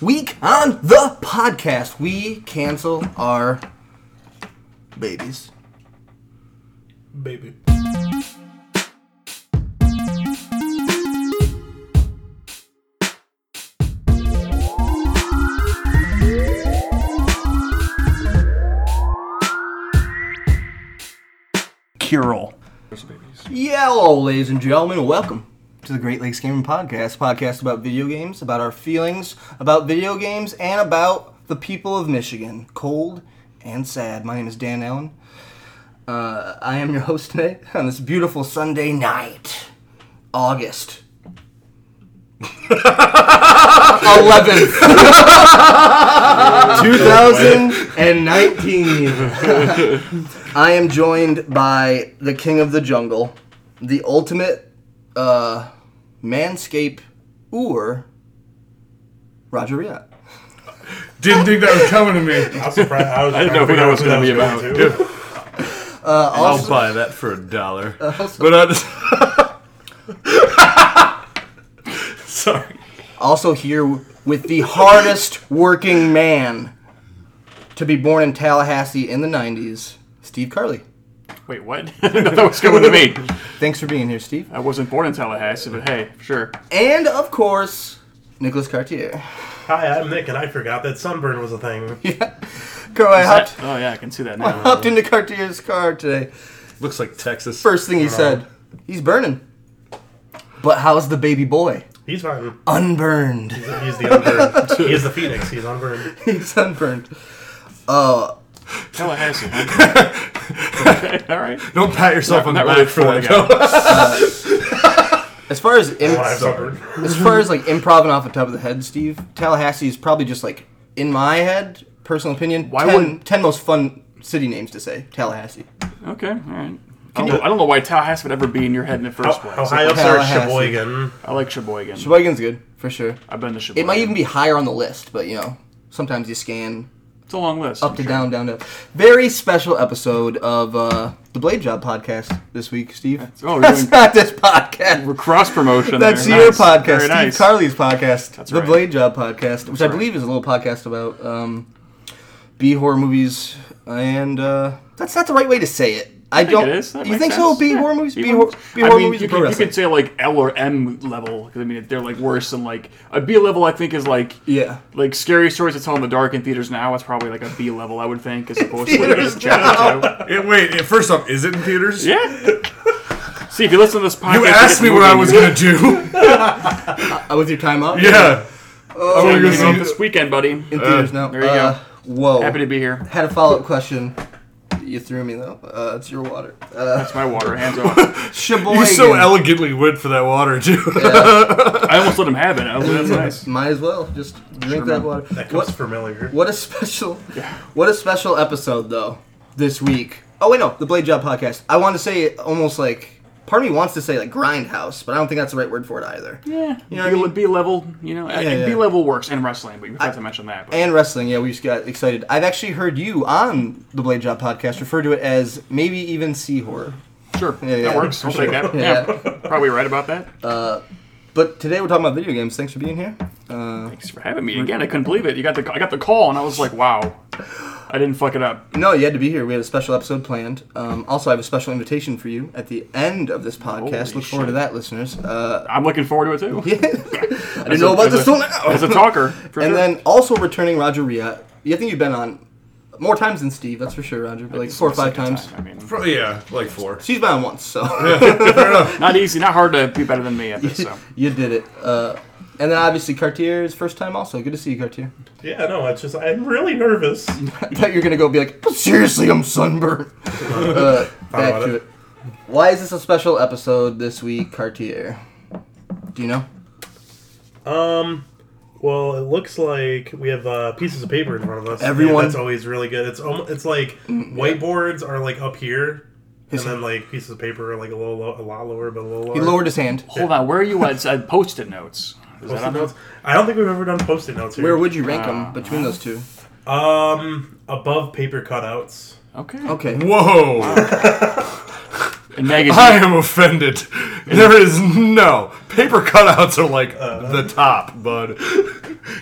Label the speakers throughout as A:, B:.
A: week on the podcast, we cancel our babies.
B: baby.
A: Curel. Yeah, hello, ladies and gentlemen. Welcome to the Great Lakes Gaming Podcast, a podcast about video games, about our feelings about video games, and about the people of Michigan, cold and sad. My name is Dan Allen. Uh, I am your host today on this beautiful Sunday night, August. 11th, 2019. I am joined by the king of the jungle, the ultimate uh, manscape oor, Roger Riot.
C: Didn't think that was coming to me.
B: I was surprised. I, was
D: I didn't know what that was going to be about.
B: too.
D: I'll buy that for a dollar. but I just. Sorry.
A: Also here with the hardest working man to be born in Tallahassee in the 90s, Steve Carley.
D: Wait, what? I didn't know that was coming to me.
A: Thanks for being here, Steve.
D: I wasn't born in Tallahassee, but hey, sure.
A: And of course, Nicholas Cartier.
B: Hi, I'm Nick, and I forgot that sunburn was a thing.
A: Carl, I hopped,
D: oh yeah, I can see that
A: I
D: now.
A: hopped into Cartier's car today.
C: Looks like Texas.
A: First thing he said, he's burning. But how's the baby boy?
B: He's fine.
A: Unburned.
B: He's the unburned. he is the phoenix. He's unburned.
A: he's unburned. Uh,
D: Tallahassee. huh? okay, all right.
C: Don't pat yourself on the
D: Not
C: back
D: really
C: for that.
D: for
C: though.
A: as far as im-
B: Well, I'm sunburned.
A: as far as like improv and off the top of the head, Steve Tallahassee is probably just like in my head, personal opinion.
D: Why
A: 10,
D: wouldn't-
A: ten most fun city names to say? Tallahassee.
D: Okay, all right. I don't, know, I don't know why Tallahassee would ever be in your head in the first place.
B: Ohio or
A: Tallahassee.
B: Sheboygan.
D: I like Sheboygan.
A: Sheboygan's good for sure.
D: I've been to Sheboygan.
A: It might even be higher on the list, but you know, sometimes you scan
D: It's a long list.
A: up to down, down to. Very special episode of uh, the Blade Job podcast this week, Steve.
D: Oh, we're,
A: That's
D: doing,
A: not this podcast.
D: we're cross promotion.
A: That's
D: there.
A: your
D: Nice.
A: podcast,
D: Very
A: Steve
D: nice.
A: Carley's podcast, the
D: right.
A: Blade Job podcast, which I believe is a little podcast about um, B horror movies, and uh, that's not the right way to say it. I
D: think
A: don't.
D: it is. That
A: do you
D: makes
A: think
D: sense.
A: so? B
D: Yeah.
A: horror movies. B
D: B-horror-
A: horror. B horror
D: I mean,
A: movies.
D: You
A: and pro
D: could, you
A: wrestling.
D: could say like L or M level because I mean they're like worse than like a B level. I think is like
A: yeah.
D: like scary stories that's all in the dark in theaters now. It's probably like a B level. I would think as opposed to like
A: Theaters
D: just chapter
C: Yeah, wait, yeah, first off, is it in theaters?
D: two. Yeah. See if you listen to this podcast.
C: You asked
D: get
C: me what I was
D: movie news.
C: going to do.
A: Uh, with your time up.
C: Yeah.
D: So,
C: Oh,
D: you
C: you're
D: know,
C: gonna see-
D: this weekend, buddy.
A: In theaters now.
D: there you
A: Uh, Whoa.
D: Happy to be here.
A: Had a follow up question. You threw me though. Uh, it's your water. Uh,
D: That's my water. Hands off.
A: Sheboygan.
C: you so elegantly went for that water, too.
D: I almost let him have it. I was like, that's nice.
A: Might as well just drink
D: Sure,
A: that
D: man.
A: water.
B: That
A: What-
B: comes familiar.
A: What a special, what a special episode though this week. Oh wait, no, the Blade Job podcast. I want to say it almost like part of me wants to say like grindhouse, but I don't think that's the right word for it either.
D: Yeah,
A: You know what I mean?
D: B level. You know,
A: yeah.
D: B level works in wrestling, but you forgot to mention that. But.
A: And wrestling, yeah, we just got excited. I've actually heard you on the Blade Job podcast refer to it as maybe even sea horror.
D: Sure,
A: yeah.
D: that works. I'll take that.
A: Yeah.
D: Yeah. probably right about that.
A: But today we're talking about video games. Thanks for being here.
D: Thanks for having me again. I couldn't believe it. You got the I got the call, and I was like, wow, I didn't fuck it up.
A: No, you had to be here. We had a special episode planned. Um, also, I have a special invitation for you at the end of this podcast.
D: Holy
A: Look forward to
D: shit.
A: that, listeners. Uh,
D: I'm looking forward to it too.
A: I didn't know about
D: as a-
A: this till now.
D: As a talker, for
A: and
D: sure.
A: then also returning Roger Riot. You think you've been on more times than Steve, that's for sure, Roger. But like
D: It's
A: four or
D: the
A: five
D: second
A: times.
D: time, I mean,
C: Probably, yeah, like four.
A: She's been on once, so
D: not easy, not hard to be better than me at this. So
A: you did it. Uh, and then obviously Cartier's first time also. Good to see you, Cartier.
B: Yeah, no, it's just I'm really nervous.
A: I thought you were gonna go be like, but seriously, I'm sunburned. Uh, back
B: about
A: to it.
B: it.
A: Why is this a special episode this week, Cartier? Do you know?
B: Um, well, it looks like we have uh, pieces of paper in front of us.
A: Everyone-
B: Yeah, that's always really good. It's almost, it's like whiteboards are like up here, and then like pieces of paper are like a little low, a lot lower, but a little lower.
A: He lowered his hand.
D: hold on, where are you at? at Post-it notes. Is that
B: Post-it
D: on
B: notes. I don't think we've ever done post-it notes here.
A: Where would you
B: Uh,
A: rank them between those two?
B: um above paper cutouts.
D: Okay.
A: Okay.
C: Whoa.
D: And magazine.
C: I am offended.
A: Uh-huh.
C: There is no. Paper cutouts are like the top, bud.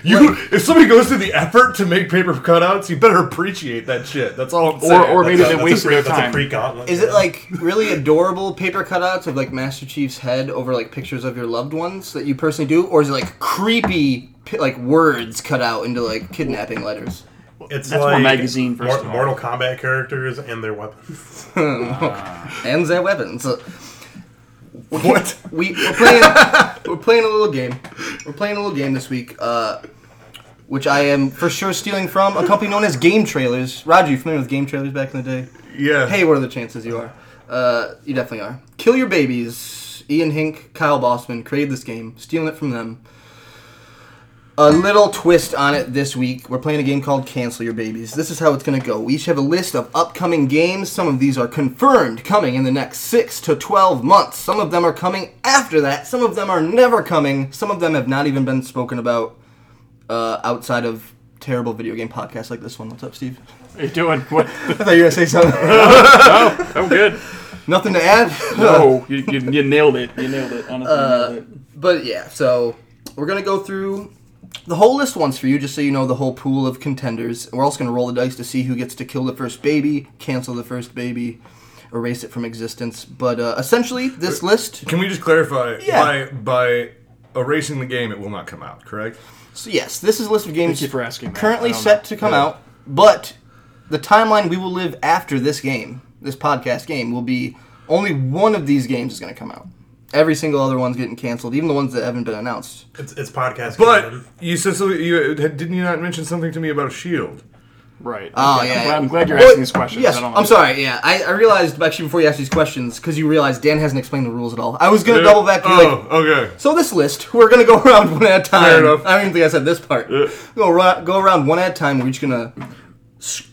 C: You, if somebody goes through the effort to make paper cutouts, you better appreciate that shit. That's all I'm saying.
D: or maybe
C: That's-
D: they
B: That's a
D: wasted
B: pre-
D: their
B: that's a
D: time.
B: pre-gauntlet,
A: Is
B: yeah.
A: it like really adorable paper cutouts of like Master Chief's head over like pictures of your loved ones that you personally do, or is it like creepy pi- like words cut out into like kidnapping letters?
B: It's
D: That's more
B: like
D: magazine
B: Mor-
D: versus-
B: Mortal Kombat characters and their weapons.
A: and their weapons. Uh,
C: What?
A: We, we're playing. we're playing a little game. We're playing a little game this week, uh, which I am for sure stealing from a company known as Game Trailers. Roger, you familiar with Game Trailers back in the day?
C: Yeah.
A: Hey, what are the chances you are? Uh, you definitely are. Kill Your Babies. Ian Hink, Kyle Bossman created this game, stealing it from them. A little twist on it this week. We're playing a game called Cancel Your Babies. This is how it's going to go. We each have a list of upcoming games. Some of these are confirmed coming in the next 6 to 12 months. Some of them are coming after that. Some of them are never coming. Some of them have not even been spoken about uh, outside of terrible video game podcasts like this one. What's up, Steve?
D: What are you doing? What?
A: I thought you were going to say something.
D: I'm good.
A: Nothing to add?
D: No, you, you, you nailed it. You nailed it. Honestly, you nailed it.
A: But yeah, so we're gonna go through the whole list once for you, just so you know the whole pool of contenders. We're also gonna roll the dice to see who gets to kill the first baby, cancel the first baby, erase it from existence. But uh, essentially, this list,
C: Can we just clarify?
A: Yeah.
C: By by erasing the game, it will not come out. Correct.
A: so yes, this is a list of games
D: Thank you for asking, Matt.
A: currently
D: I don't
A: set to come out. But the timeline we will live after this game, this podcast game, will be only one of these games is gonna come out. Every single other one's getting canceled, even the ones that haven't been announced.
B: It's, it's podcast.
C: But
B: canon.
C: you said something. You didn't you not mention something to me about a shield?
D: Right.
A: Oh,
D: Okay,
A: yeah.
D: I'm glad, I'm glad you're
A: Well,
D: asking these questions.
A: Yes,
D: I don't
A: I'm sorry. Yeah, I, I realized actually before you asked these questions because you realized Dan hasn't explained the rules at all. I was gonna double back. And be
C: Oh,
A: like,
C: okay.
A: so this list, we're gonna go around one at a time.
C: Fair enough.
A: I don't even think I said this part. Go ra- go around one at a time. We're each gonna. sc-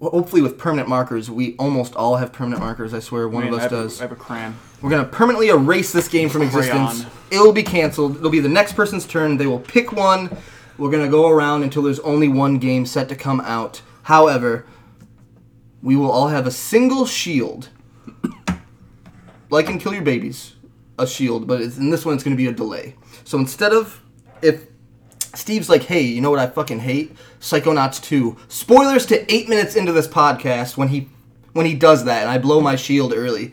A: Hopefully, with permanent markers, we almost all have permanent markers. I swear, one
D: I mean,
A: of
D: I
A: us
D: have a-
A: does.
D: I have a crayon.
A: We're gonna permanently erase this game from existence.
D: Crayon.
A: It'll be canceled. It'll be the next person's turn. They will pick one. We're gonna go around until there's only one game set to come out. However, we will all have a single shield, like in Kill Your Babies, a shield. But it's, in this one, it's gonna be a delay. So instead of if Steve's like, hey, you know what I fucking hate? Psychonauts 2. Spoilers to eight minutes into this podcast when he when he does that, and I blow my shield early.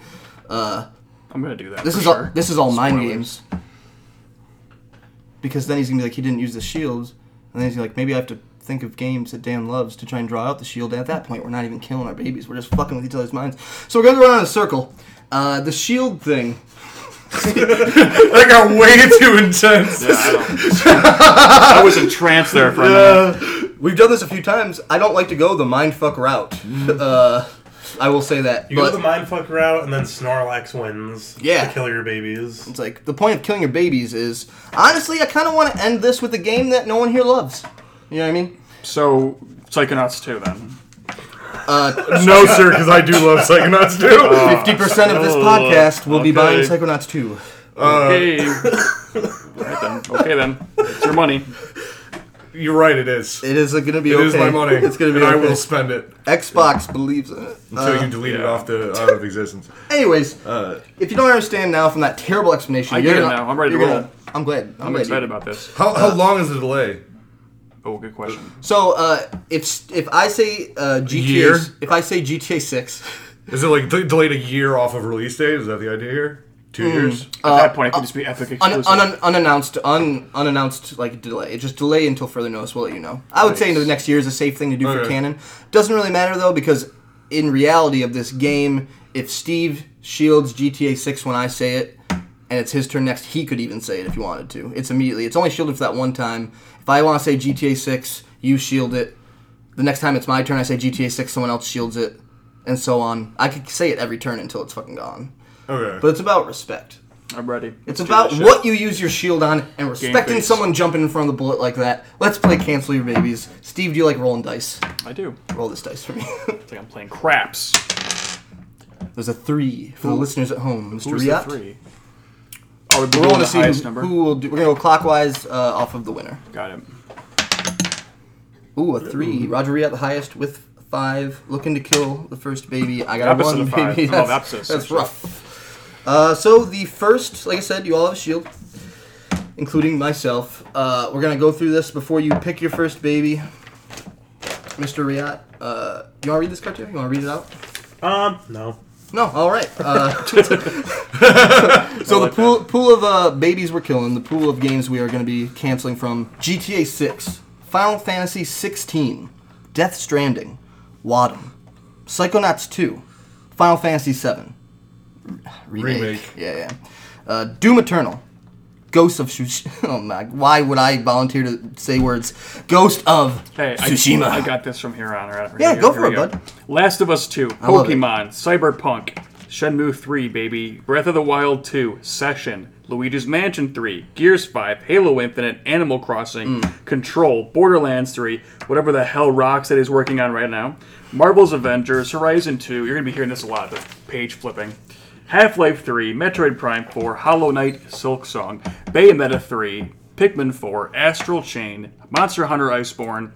D: I'm gonna do that.
A: This
D: for
A: is
D: sure.
A: all. This is all mind
D: Spoilers.
A: games. Because then he's gonna be like, he didn't use the shields, and then he's like, maybe I have to think of games that Dan loves to try and draw out the shield. And at that point, we're not even killing our babies. We're just fucking with each other's minds. So we're gonna go around in a circle. Uh, the shield thing.
C: That got way too intense.
D: Yeah, I, don't- I was entranced there for a minute.
A: We've done this a few times. I don't like to go the mindfuck route. Uh, I will say that.
B: you
A: but
B: go the mindfuck route, and then Snorlax wins.
A: Yeah.
B: to kill your babies.
A: it's like the point of killing your babies is honestly, I kind of want to end this with a game that no one here loves. You know what I mean?
D: So Psychonauts 2 then.
A: Uh,
C: no, sir, because I do love Psychonauts too.
A: Fifty percent of this
C: Oh,
A: podcast will be buying Psychonauts 2.
D: okay. Right then. Okay then. It's your money.
C: You're right. It is.
A: It is going to be
C: It
A: okay.
C: is my money.
A: It's going to be
C: And
A: okay. Uh,
C: I will spend it
A: Xbox believes in it.
C: until you delete it
D: yeah.
C: off the out of existence.
A: Anyways,
C: Uh,
A: if you don't understand now from that terrible explanation,
D: I
A: you're
D: get it
A: gonna,
D: now. I'm ready to
A: you're
D: roll.
A: gonna- I'm glad. I'm,
D: I'm
A: glad
D: excited
A: you-
D: about this.
C: How,
A: Uh,
C: how long is the delay?
D: Oh, good question.
A: So uh, if if I say uh,
C: Year?
A: GTA, if I say GTA 6,
C: Is it like de- delayed a year off of release date? Is that the idea here? Two
A: Hmm.
C: years.
A: Uh,
D: At that point, it could just be epic
A: un,
D: exclusive.
A: un, unannounced, un, unannounced like delay, just delay until further notice. We'll let you know. I would say into the next year is a safe thing to do for
C: Okay.
A: canon. Doesn't really matter though because in reality of this game, if Steve shields GTA 6 when I say it, and it's his turn next, he could even say it if you wanted to. It's immediately. It's only shielded for that one time. If I want to say GTA 6, you shield it. The next time it's my turn, I say GTA 6, someone else shields it, and so on. I could say it every turn until it's fucking gone.
C: okay.
A: But it's about respect.
D: I'm ready.
A: It's
D: Let's do
A: about
D: this shit.
A: what you use your shield on and respecting
D: face.
A: someone jumping in front of the bullet like that. Let's play Cancel Your Babies. Steve, do you like rolling dice?
D: I do.
A: Roll this dice for me.
D: It's like I'm playing craps.
A: There's a three for the listeners at home. Mr.
D: Who's the
A: Riot.
D: three? Oh, we're
A: We're
D: doing
A: going to
D: the
A: see
D: highest
A: who,
D: number.
A: who will do. We're going to go clockwise uh, off of the winner.
D: Got it.
A: Ooh, a three. Roger Riot, the highest with five. Looking to kill the first baby. I got a
D: Opposite
A: one,
D: of five.
A: baby.
D: I love
A: That's,
D: opposites,
A: that's
D: actually.
A: rough. Uh, so the first, like I said, you all have a shield. including myself. Uh, we're gonna go through this before you pick your first baby, Mr. Riot. Uh, you wanna read this cartoon? You wanna read it out?
B: Um, no.
A: No, all right. Uh, so the pool pool of uh, babies we're killing, the pool of games we are going to be canceling from GTA 6, Final Fantasy 16, Death Stranding, Wadham, Psychonauts 2, Final Fantasy 7, remake.
C: Remake.
A: Yeah, yeah. Uh, Doom Eternal, Ghost of Tsushima. Oh my! Why would I volunteer to say words? Ghost of
D: Hey, I,
A: Tsushima.
D: I got this from here on. All right, here
A: Yeah,
D: we
A: go
D: here
A: for
D: we
A: it,
D: go.
A: bud.
D: Last of Us 2,
A: love it.
D: Pokemon, Cyberpunk, Shenmue 3, baby, Breath of the Wild 2, Session, Luigi's Mansion 3, Gears 5, Halo Infinite, Animal Crossing,
A: Mm.
D: Control, Borderlands 3, whatever the hell rocks that he's working on right now, Marvel's Avengers, Horizon 2, you're going to be hearing this a lot, the page flipping. Half Life 3, Metroid Prime 4, Hollow Knight, Silk Song, Bayonetta 3, Pikmin 4, Astral Chain, Monster Hunter Iceborne,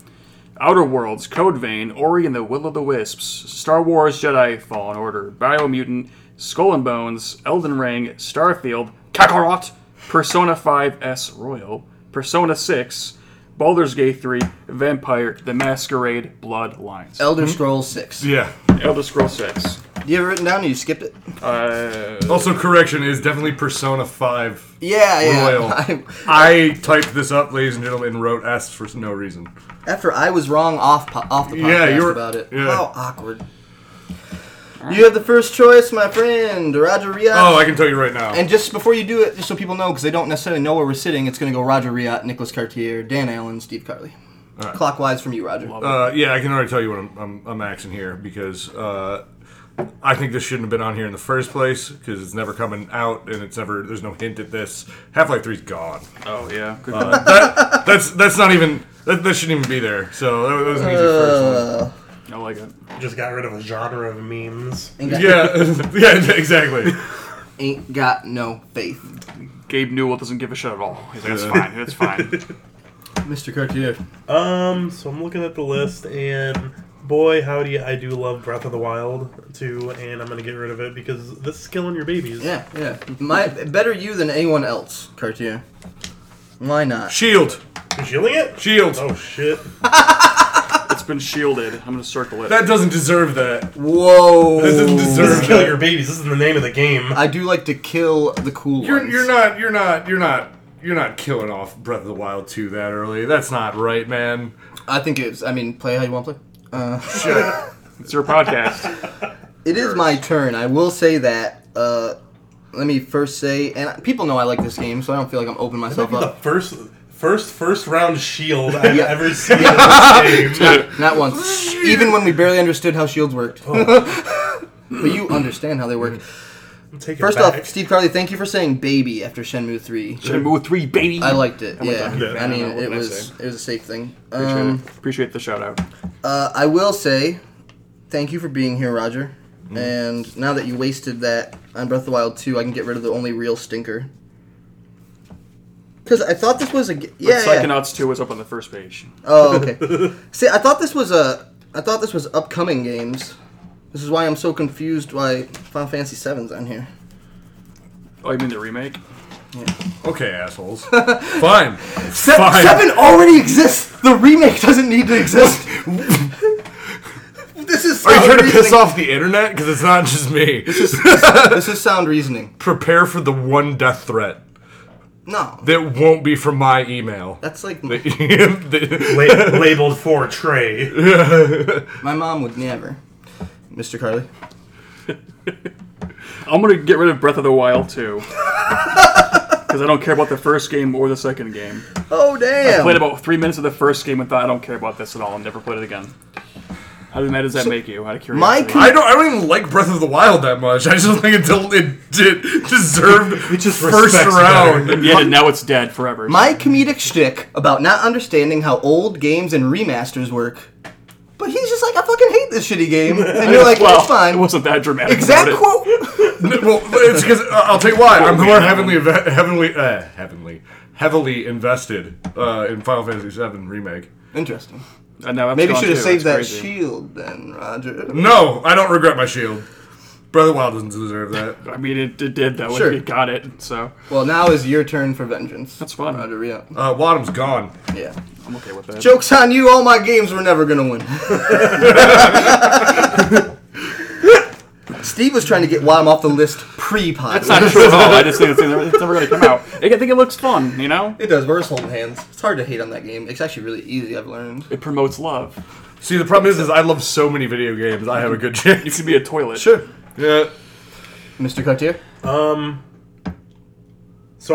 D: Outer Worlds, Code Vein, Ori and the Will of the Wisps, Star Wars Jedi Fallen Order, Biomutant, Skull and Bones, Elden Ring, Starfield, Kakarot, Persona 5S Royal, Persona 6, Baldur's Gate 3, Vampire, The Masquerade, Bloodlines.
A: Elder Scrolls 6.
C: Yeah.
D: Elder Scrolls 6.
A: Do you have it written down or you skipped it?
D: Uh,
C: Also, correction it is definitely Persona 5
A: Yeah, yeah.
C: Royal.
A: I-
C: I typed this up, ladies and gentlemen, and wrote S for no reason.
A: After I was wrong off po- off the podcast
C: Yeah, you were-
A: about it.
C: yeah.
A: How awkward. You have the first choice, my friend, Roger Riot.
C: Oh, I can tell you right now.
A: and just before you do it, just so people know, because they don't necessarily know where we're sitting, it's going to go Roger Riot, Nicholas Cartier, Dan Allen, Steve Carley. Clockwise from you, Roger.
C: Uh, yeah, I can already tell you what I'm, I'm, I'm axing here because uh, I think this shouldn't have been on here in the first place because it's never coming out and it's never there's no hint at this. Half Life Three's gone.
D: oh, yeah. Good
C: That, that's that's not even that, that shouldn't even be there. So that, was an easy first
A: Uh,
C: one.
D: I like it.
B: Just got rid of a genre of memes.
A: ain't, got, Uh,
C: Yeah, yeah, exactly.
A: ain't got no faith.
D: Gabe Newell doesn't give a shit at all. He's like, it's fine, it's fine.
A: Mr. Cartier.
B: Um, so I'm looking at the list, and boy, howdy, I do love Breath of the Wild too, and I'm gonna get rid of it because this is killing your babies.
A: Yeah, yeah. My Better you than anyone else, Cartier. Why not?
C: Shield,
B: You shielding it?
C: shield.
B: Oh shit.
D: It's been shielded. I'm going to circle it.
C: That doesn't deserve that.
A: Whoa.
C: This doesn't
B: This
C: deserve
B: is kill
C: that.
B: your babies. This is the name of the game.
A: I do like to kill the cool
C: You're,
A: ones.
C: you're not you're not you're not you're not killing off Breath of the Wild two that early. That's not right, man.
A: I think it's. I mean, play how you want to play. Uh,
D: It's your podcast.
A: it is my turn. I will say that. Uh, let me first say, and people know I like this game, so I don't feel like I'm opening
B: This
A: myself
B: might be the
A: up.
B: first first first round shield I've
A: Yeah.
B: ever seen in this game.
A: Not once. Even when we barely understood how shields worked. but
D: Oh.
A: you understand how they work.
B: I'm taking
A: First
B: back.
A: off, Steve Carley, thank you for saying "baby" after Shenmue Three.
D: Shenmue 3, baby.
A: I liked it. Yeah,
D: Yeah.
A: I mean,
D: Yeah, Oh what
A: it
D: can I
A: was
D: say?
A: it was a safe thing.
D: Appreciate,
A: Um,
D: it. Appreciate the shout out.
A: Uh, I will say, thank you for being here, Roger.
C: Mm.
A: And now that you wasted that on Breath of the Wild 2, I can get rid of the only real stinker. Because I thought this was a g- yeah, yeah.
D: Psychonauts 2 was up on the first page.
A: Oh, okay. See, I thought this was a I thought this was upcoming games. This is why I'm so confused why Final Fantasy 7's on here.
D: Oh, you mean the remake?
C: Okay, assholes. Fine.
A: Se-
C: Fine.
A: Seven already exists. The remake doesn't need to exist. this is.
C: Are you
A: sound
C: trying to piss
A: reasoning.
C: off the internet? Because it's not just me.
A: This is sound reasoning.
C: Prepare for the one death threat
A: No,
C: that won't be from my email.
A: that's like
C: The- e-,
B: La- labeled for Trey.
A: My mom would never. Mr. Carly.
D: I'm going to get rid of Breath of the Wild 2. Because I don't care about the first game or the second game.
A: Oh damn.
D: Played about three minutes of the first game and thought, I don't care about this at all and never played it again. How mad does that make you? Out of
A: my
D: curiosity.
A: con-
C: I don't. I don't even like Breath of the Wild that much. I just think it, del- it did deserved
B: just
C: first
B: respects
C: round.
B: better.
D: yeah, and now it's dead forever.
A: my comedic shtick about not understanding how old games and remasters work. But he's just like, I fucking hate this shitty game. And you're like,
D: well,
A: it's fine.
D: It wasn't that dramatic.
A: exact
D: about it.
A: quote.
C: N- well, it's because I'll tell you why. I'm more heavenly, inve- heavenly, uh, heavenly, heavily invested uh, in Final Fantasy VII remake.
A: Interesting.
D: And now that's
A: Maybe you
D: gone
A: should have
D: too.
A: saved
D: That's
A: that
D: crazy.
A: shield then, Roger.
C: No, I don't regret my shield. Brother Wild doesn't deserve that.
D: I mean, it, it did though.
A: Sure.
D: Sure. It got it. So
A: Well, now is your turn for vengeance.
D: That's fun.
A: Roger, yeah.
C: Uh, Wadham's gone.
A: yeah.
D: I'm okay with that.
A: Joke's on you, all my games were never gonna win. Steve was trying to get Wadham off the list pre
D: It's not
A: podcast.
D: true at all. I just think it's, it's never going to come out. I think it looks fun. You know,
A: It does, we're just holding hands. It's hard to hate on that game. It's actually really easy, I've learned.
D: it promotes love.
C: See, the problem is, is I love so many video games. I have a good
D: You
C: chance.
D: could be a toilet.
C: Sure. Yeah.
A: Mr. Cartier?
B: So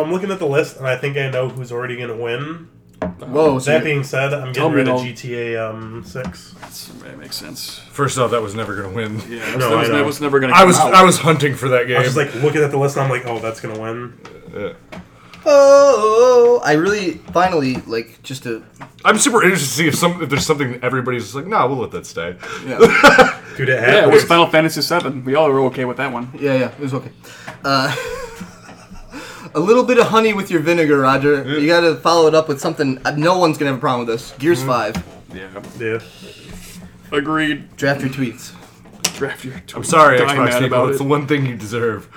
B: I'm looking at the list, and I think I know who's already going to win.
D: Uh,
A: Whoa, so
B: That
A: you-
B: being said, I'm
D: Tell
B: getting rid
D: me
B: of
D: all-
B: GTA um, 6.
D: That's, that makes sense.
C: First off, that was never gonna win.
D: Yeah,
B: No, I
D: that was, that was,
B: know.
D: that was never going to.
C: I was I was hunting for that game.
B: I was just like looking at the list, and I'm like, oh, that's going to win.
A: Oh, I really finally like just to.
C: I'm super interested to see if some if there's something that everybody's just like, nah, we'll let that stay.
A: Yeah,
B: Dude, it
D: Yeah, it
B: happened.
D: was Final Fantasy VII. We all were okay with that one.
A: yeah, yeah. It was okay. Uh, a little bit of honey with your vinegar, Roger. You got to follow it up with something. uh, No one's gonna have a problem with this. Gears
D: Mm-hmm.
A: Five.
D: Yeah,
B: yeah.
D: agreed.
A: Draft your tweets.
D: Draft your. Tweet.
C: I'm sorry,
D: Dying
C: Xbox
D: mad
C: people.
D: about
C: it's the
D: it.
C: one thing you deserve.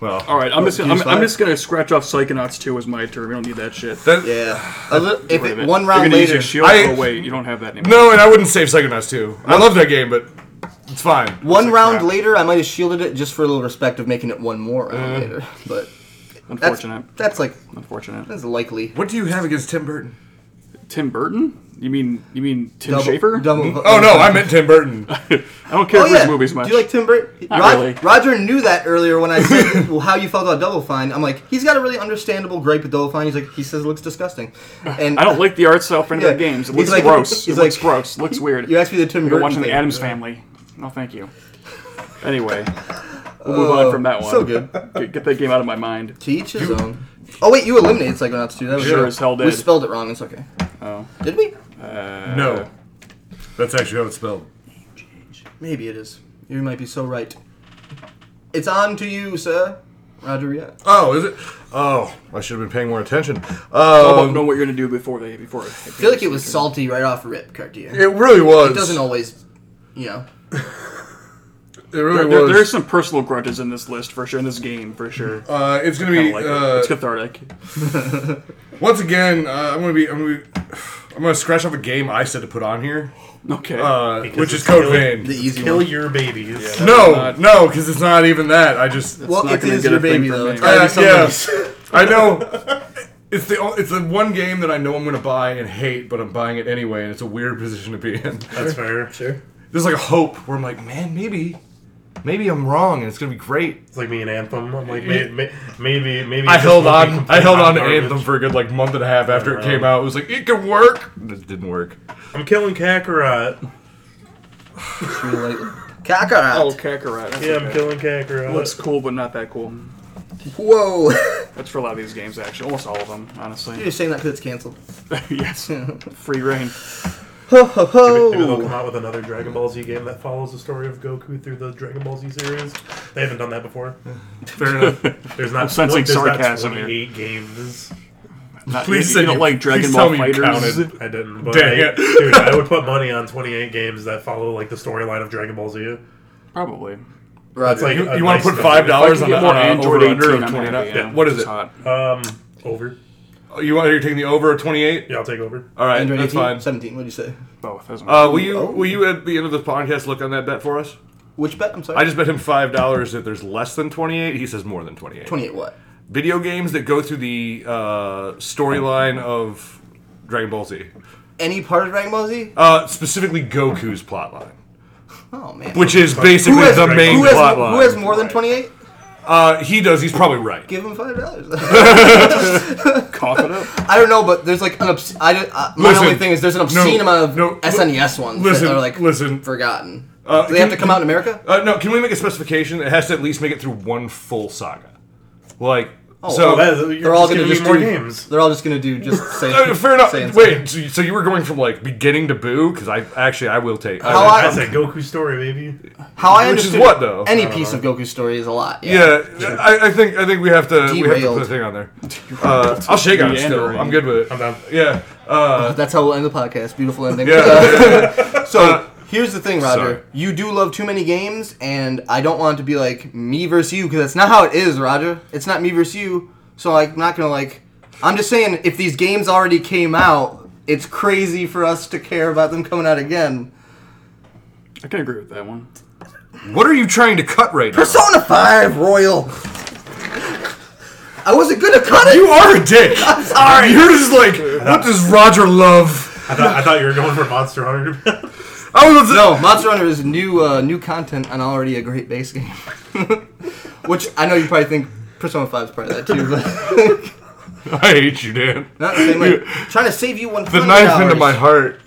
C: Well,
D: All right, I'm just gonna,
A: Gears
D: I'm, I'm
A: five?
D: just gonna scratch off Psychonauts 2 as my turn. We don't need that shit.
C: that,
A: Yeah. A little, if
D: Wait a
A: it,
D: minute.
A: one
D: You're
A: round
D: gonna use
A: later.
D: your shield.
C: I-
D: oh wait, you don't have that anymore.
C: No, and I wouldn't save Psychonauts 2. I love that game, but it's fine.
A: One
C: It's like
A: round
C: crap.
A: later, I might have shielded it just for a little respect of making it one more round
D: Mm-hmm.
A: later. But that's
D: Unfortunate.
A: that's like
D: Unfortunate.
A: that's likely.
C: What do you have against Tim Burton?
D: Tim Burton? You mean you mean Tim
A: Double-
D: Schafer?
A: double-
C: Oh no, I meant Tim Burton.
D: I don't care
A: Oh
D: for
A: yeah.
D: his movies much.
A: Do you like Tim Burton?
D: Not
A: Roger,
D: really.
A: Roger knew that earlier when I said well, how you felt about Double Fine. I'm like, he's got a really understandable gripe with Double Fine. He's like, he says it looks disgusting. And
D: I don't like the art style for any of
A: Yeah.
D: the games. It
A: He's
D: looks
A: like-
D: gross. It
A: he's
D: looks
A: like-
D: gross. Looks weird.
A: You asked me the Tim
D: You're
A: Burton
D: watching the
A: thing.
D: Adams Family. No, thank you. Anyway, we'll move on from that one.
A: so good.
D: Get, get that game out of my mind.
A: To each his own. Oh wait, you eliminated Psychonauts too. That was
D: Sure as hell
A: We
D: did.
A: spelled it wrong. It's okay.
D: Oh,
A: Did we?
C: no, that's actually how it's spelled.
A: Maybe it is. You might be so right. It's on to you, sir. Roger, yeah.
C: Oh, is it? Oh, I should have been paying more attention.
D: I
C: Um,
D: don't know what you're gonna do before they before. I
A: I feel like it was salty right off rip, Cartier.
C: it really was.
A: It doesn't always, you know.
C: It really
D: There, there,
C: was.
D: there are some personal grudges in this list for sure. In this game for sure.
C: uh, it's gonna
D: I
C: be
D: like it.
C: uh,
D: It's cathartic.
C: once again. Uh, I'm gonna be. I'm gonna. Be, I'm gonna scratch off a game I said to put on here,
D: Okay.
C: uh,
B: Because
C: which is
B: it's
C: Code
B: really-
A: The
C: Vein.
A: easy
B: Kill
A: one.
B: your babies.
C: No,
D: not-
C: no, because it's not even that. I just.
A: Well,
D: not
A: it
D: gonna
A: is
D: get
A: your
D: a thing
A: baby,
D: from
A: though.
D: me.
A: It's
D: Uh,
A: gotta be somebody's.
C: yes, I know. It's the o- it's the one game that I know I'm gonna buy and hate, but I'm buying it anyway, and it's a weird position to be in.
B: That's fair.
A: Sure.
C: There's like a hope where I'm like, man, maybe, maybe I'm wrong, and it's gonna be great.
B: It's like me and Anthem. I'm like, may, may, maybe, maybe.
C: I
B: this
C: held
B: will be
C: on. I
B: complete
C: held
B: hot
C: on to
B: garbage.
C: Anthem for a good like month and a half after it came out. It was like it could work. It didn't work.
B: I'm killing Kakarot.
A: True light. Kakarot.
D: oh, Kakarot. That's
B: Yeah, I'm
D: okay.
B: killing Kakarot.
D: Looks cool, but not that cool.
A: Whoa.
D: That's for a lot of these games, actually. Almost all of them,
A: You're
D: honestly.
A: just saying that because it's canceled.
D: yes. Free reign.
A: Ho ho
B: Maybe, maybe they'll come
A: ho.
B: out with another Dragon Ball Z game that follows the story of Goku through the Dragon Ball Z series. They haven't done that before.
C: Fair enough.
B: There's not.
D: I'm sensing
B: there's not
D: sarcasm here.
B: 28 games.
D: Not,
C: Please
D: you,
C: say
D: you don't
C: you-
D: like Dragon
C: please tell
D: Ball
C: me you
D: Fighters.
C: counted.
B: I didn't. But
C: Dang
B: I,
C: it.
B: dude, I would put money on 28 games that follow like the storyline of Dragon Ball Z.
D: Probably.
A: Roger.
B: like-
C: You,
B: a
C: want
B: nice
C: to put
B: guy.
C: five dollars
D: If I
C: on a
D: can get
C: on
D: more
C: a
D: Android
C: over under
D: 18,
C: of
D: I'm
C: twenty nine?
D: happy, yeah.
C: What is
D: It's
C: it?
D: hot.
B: Um, over.
C: Oh, You want you're taking the over of twenty eight?
B: Yeah, I'll take over.
C: All right,
A: Android
C: that's
A: 18?
C: fine.
A: 17, what'd you say?
D: Both. doesn't
C: Uh,
D: matter.
C: will you will you at the end of the podcast look on that bet for us?
A: Which bet? I'm sorry.
C: I just bet him five dollars that there's less than twenty eight. He says more than twenty eight.
A: 28 what?
C: Video games that go through the uh, storyline of Dragon Ball Z,
A: Any part of Dragon Ball Z?
C: uh, specifically Goku's plotline,
A: Oh, man.
C: which is
A: who
C: basically
A: has,
C: the main
A: who has,
C: plotline.
A: who has more than 28?
C: Uh, he does. He's probably right.
A: Give him $5.
D: cough it up?
A: I don't know, but there's like an obs- I, don't- uh, my
C: Listen,
A: only thing is there's an obscene
C: no,
A: amount of
C: no, li-
A: SNES ones
C: listen,
A: that are like
C: listen.
A: forgotten.
C: Uh,
A: Do they have to
C: can-
A: come out in America?
C: Uh, no, can we make a specification? It has to at least make it through one full saga. Like,
A: well,
C: so
B: that-
A: Oh, They're
B: you're
A: all
B: just
A: gonna
B: giving me
A: just
B: more
A: do-
B: games.
A: They're all just gonna do just say.
C: Uh, fair enough.
A: say and say.
C: Wait, so, so you were going from like beginning to boo? Because I actually I will take. uh, I-
A: How I-
B: That's a Goku story, baby.
A: How I
C: Which is
A: understood
C: what, though?
A: Any piece of Goku's story is a lot. Yeah.
C: yeah, I, I think I think we have to we have to
A: Derailed.
C: put a thing on there. Uh, I'll shake on it still.
D: Meandering.
C: I'm good with it.
B: I'm down.
C: Yeah. Uh,
A: That's how we'll end the podcast. Beautiful ending.
C: yeah.
A: so Here's the thing, Roger.
C: Sorry.
A: You do love too many games, and I don't want it to be like me versus you because that's not how it is, Roger. It's not me versus you. So like, I'm not gonna like. I'm just saying, if these games already came out, it's crazy for us to care about them coming out again.
D: I can agree with that one.
C: What are you trying to cut right now?
A: Persona Five Royal. I wasn't gonna cut it.
C: You are a dick. I'm sorry. You're just like, what does Roger love?
B: I thought, I thought you were going for Monster Hunter.
C: I was
A: No, Monster Hunter is new uh, new content on already a great base game. Which I know you probably think Persona 5 is part of that too, but
C: I hate you, Dan.
A: not the same way. Trying to save you 100
C: The knife
A: hours.
C: into my heart.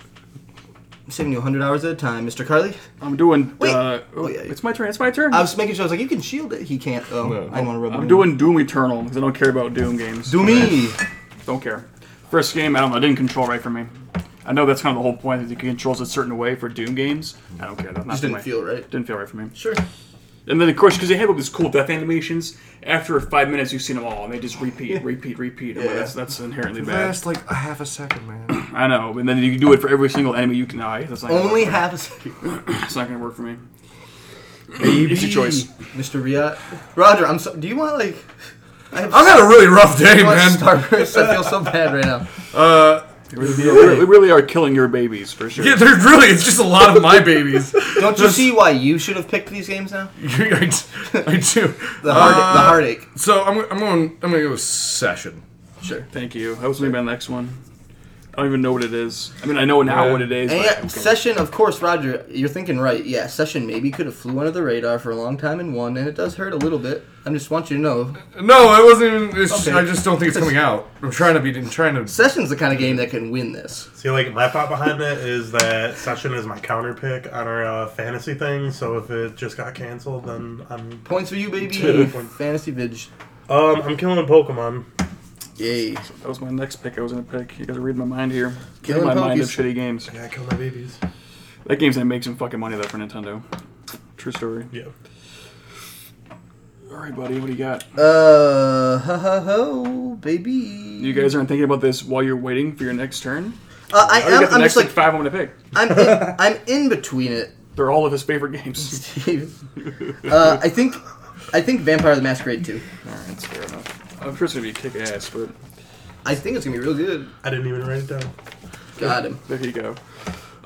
A: Saving you 100 hours at a time, Mr. Carly.
D: I'm doing.
A: Wait.
D: Uh,
A: Oh, yeah.
D: It's my turn. It's my turn.
A: I was making sure I was like, you can shield it. He can't. Oh, I don't want to rub. it
D: I'm
A: in.
D: doing Doom Eternal because I don't care about Doom games.
A: Do me.
D: Don't care. First game, I don't know. I didn't control right for me. I know that's kind of the whole point. Is he controls a certain way for Doom games. I don't care. That's not
A: Just
D: the
A: didn't
D: way.
A: feel right.
D: Didn't feel right for me.
A: Sure.
D: And then of course, because they have all these cool death animations. After five minutes, you've seen them all, and they just repeat, repeat, repeat. I'm like,
A: Yeah.
D: that's that's inherently bad.
C: Last like a half a second, man.
D: I know. And then you do it for every single enemy you can eye. That's not gonna
A: Only
D: work for me.
A: half a second.
D: It's not gonna work for me.
A: It's
D: your choice.
A: Mr. Riot. Roger, I'm so. Do you want like? I have
C: I've had a really rough day,
A: so much
C: man.
A: Starburst. I feel so bad right now.
C: Uh,
D: They really, they really are killing your babies for sure.
C: yeah, there's really it's just a lot of my babies.
A: Don't you see why you should have picked these games now?
C: I, I do.
A: The heart, the
C: Uh,
A: heartache.
C: So I'm, I'm going. I'm going to go with session.
A: Sure.
D: Thank you. That was maybe my next one. I don't even know what it is. I mean, I know now
C: Yeah.
D: what it is.
A: And
D: but-
A: yeah,
D: okay.
A: Session, of course, Roger, you're thinking right. Yeah, Session maybe could have flew under the radar for a long time and won, and it does hurt a little bit. I just want you to know,
C: No, it wasn't even. It's,
A: Okay.
C: I just don't think it's coming out. I'm trying to be. I'm trying to.
A: Session's the kind of game that can win this.
B: See, like my thought behind that is that Session is my counter pick on our uh, fantasy thing. So if it just got canceled, then I'm
A: Points for you, baby.
B: Two.
A: Fantasy Vidge.
B: um I'm killing Pokemon.
A: Yay.
D: That was my next pick. I was gonna pick. You guys are reading my mind here.
A: Killing
D: Killing my mind of
A: Pokies.
D: shitty games.
B: Yeah, I kill my babies.
D: That game's gonna make some fucking money though for Nintendo. True story.
B: Yeah.
D: All right, buddy. What do you got?
A: Uh, ho ho ho, baby. You
D: You guys aren't thinking about this while you're waiting for your next turn.
A: Uh, I
D: Oh, you
A: am.
D: got the
A: I'm
D: next
A: just
D: like,
A: like
D: five. I'm gonna pick.
A: I'm. In, I'm in between it,
D: They're all of his favorite games.
A: Steve. Uh, I think. I think Vampire the Masquerade 2.
D: all right, that's fair enough. I'm sure it's gonna be kick ass, but
A: I think it's gonna be real good.
B: I didn't even write it down.
A: Got him.
D: there you go.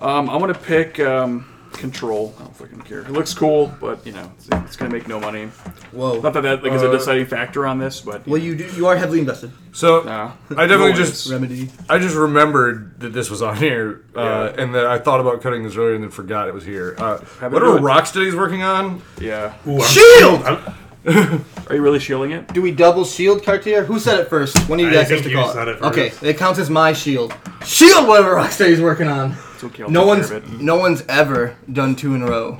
D: Um, I'm gonna pick um, Control. I don't fucking care. It looks cool, but you know, it's, it's gonna make no money. Not
A: Whoa.
D: that that like is a
C: Uh,
D: deciding factor on this, but
A: Well, you do. You are heavily invested.
C: So
D: Nah.
C: I definitely
D: No,
C: just.
D: it's-
A: Remedy.
C: I just remembered that this was on here, uh,
D: Yeah.
C: and that I thought about cutting this earlier and then forgot it was here. Uh,
D: Have
C: what
D: it
C: are
D: do it.
C: Rocksteady's working on?
D: yeah.
B: Ooh, I'm,
A: Shield!
B: I'm,
D: Are you really shielding it?
A: Do we double shield Cartier? Who said it first? One of you
B: I
A: guys
B: think
A: has to
B: you
A: call
B: said
A: it.
B: it first.
A: Okay, it counts as my shield. Shield whatever Rocksteady's working on.
D: It's okay. I'll
A: No
D: take
A: one's
D: care of it.
A: no one's ever done two in a row,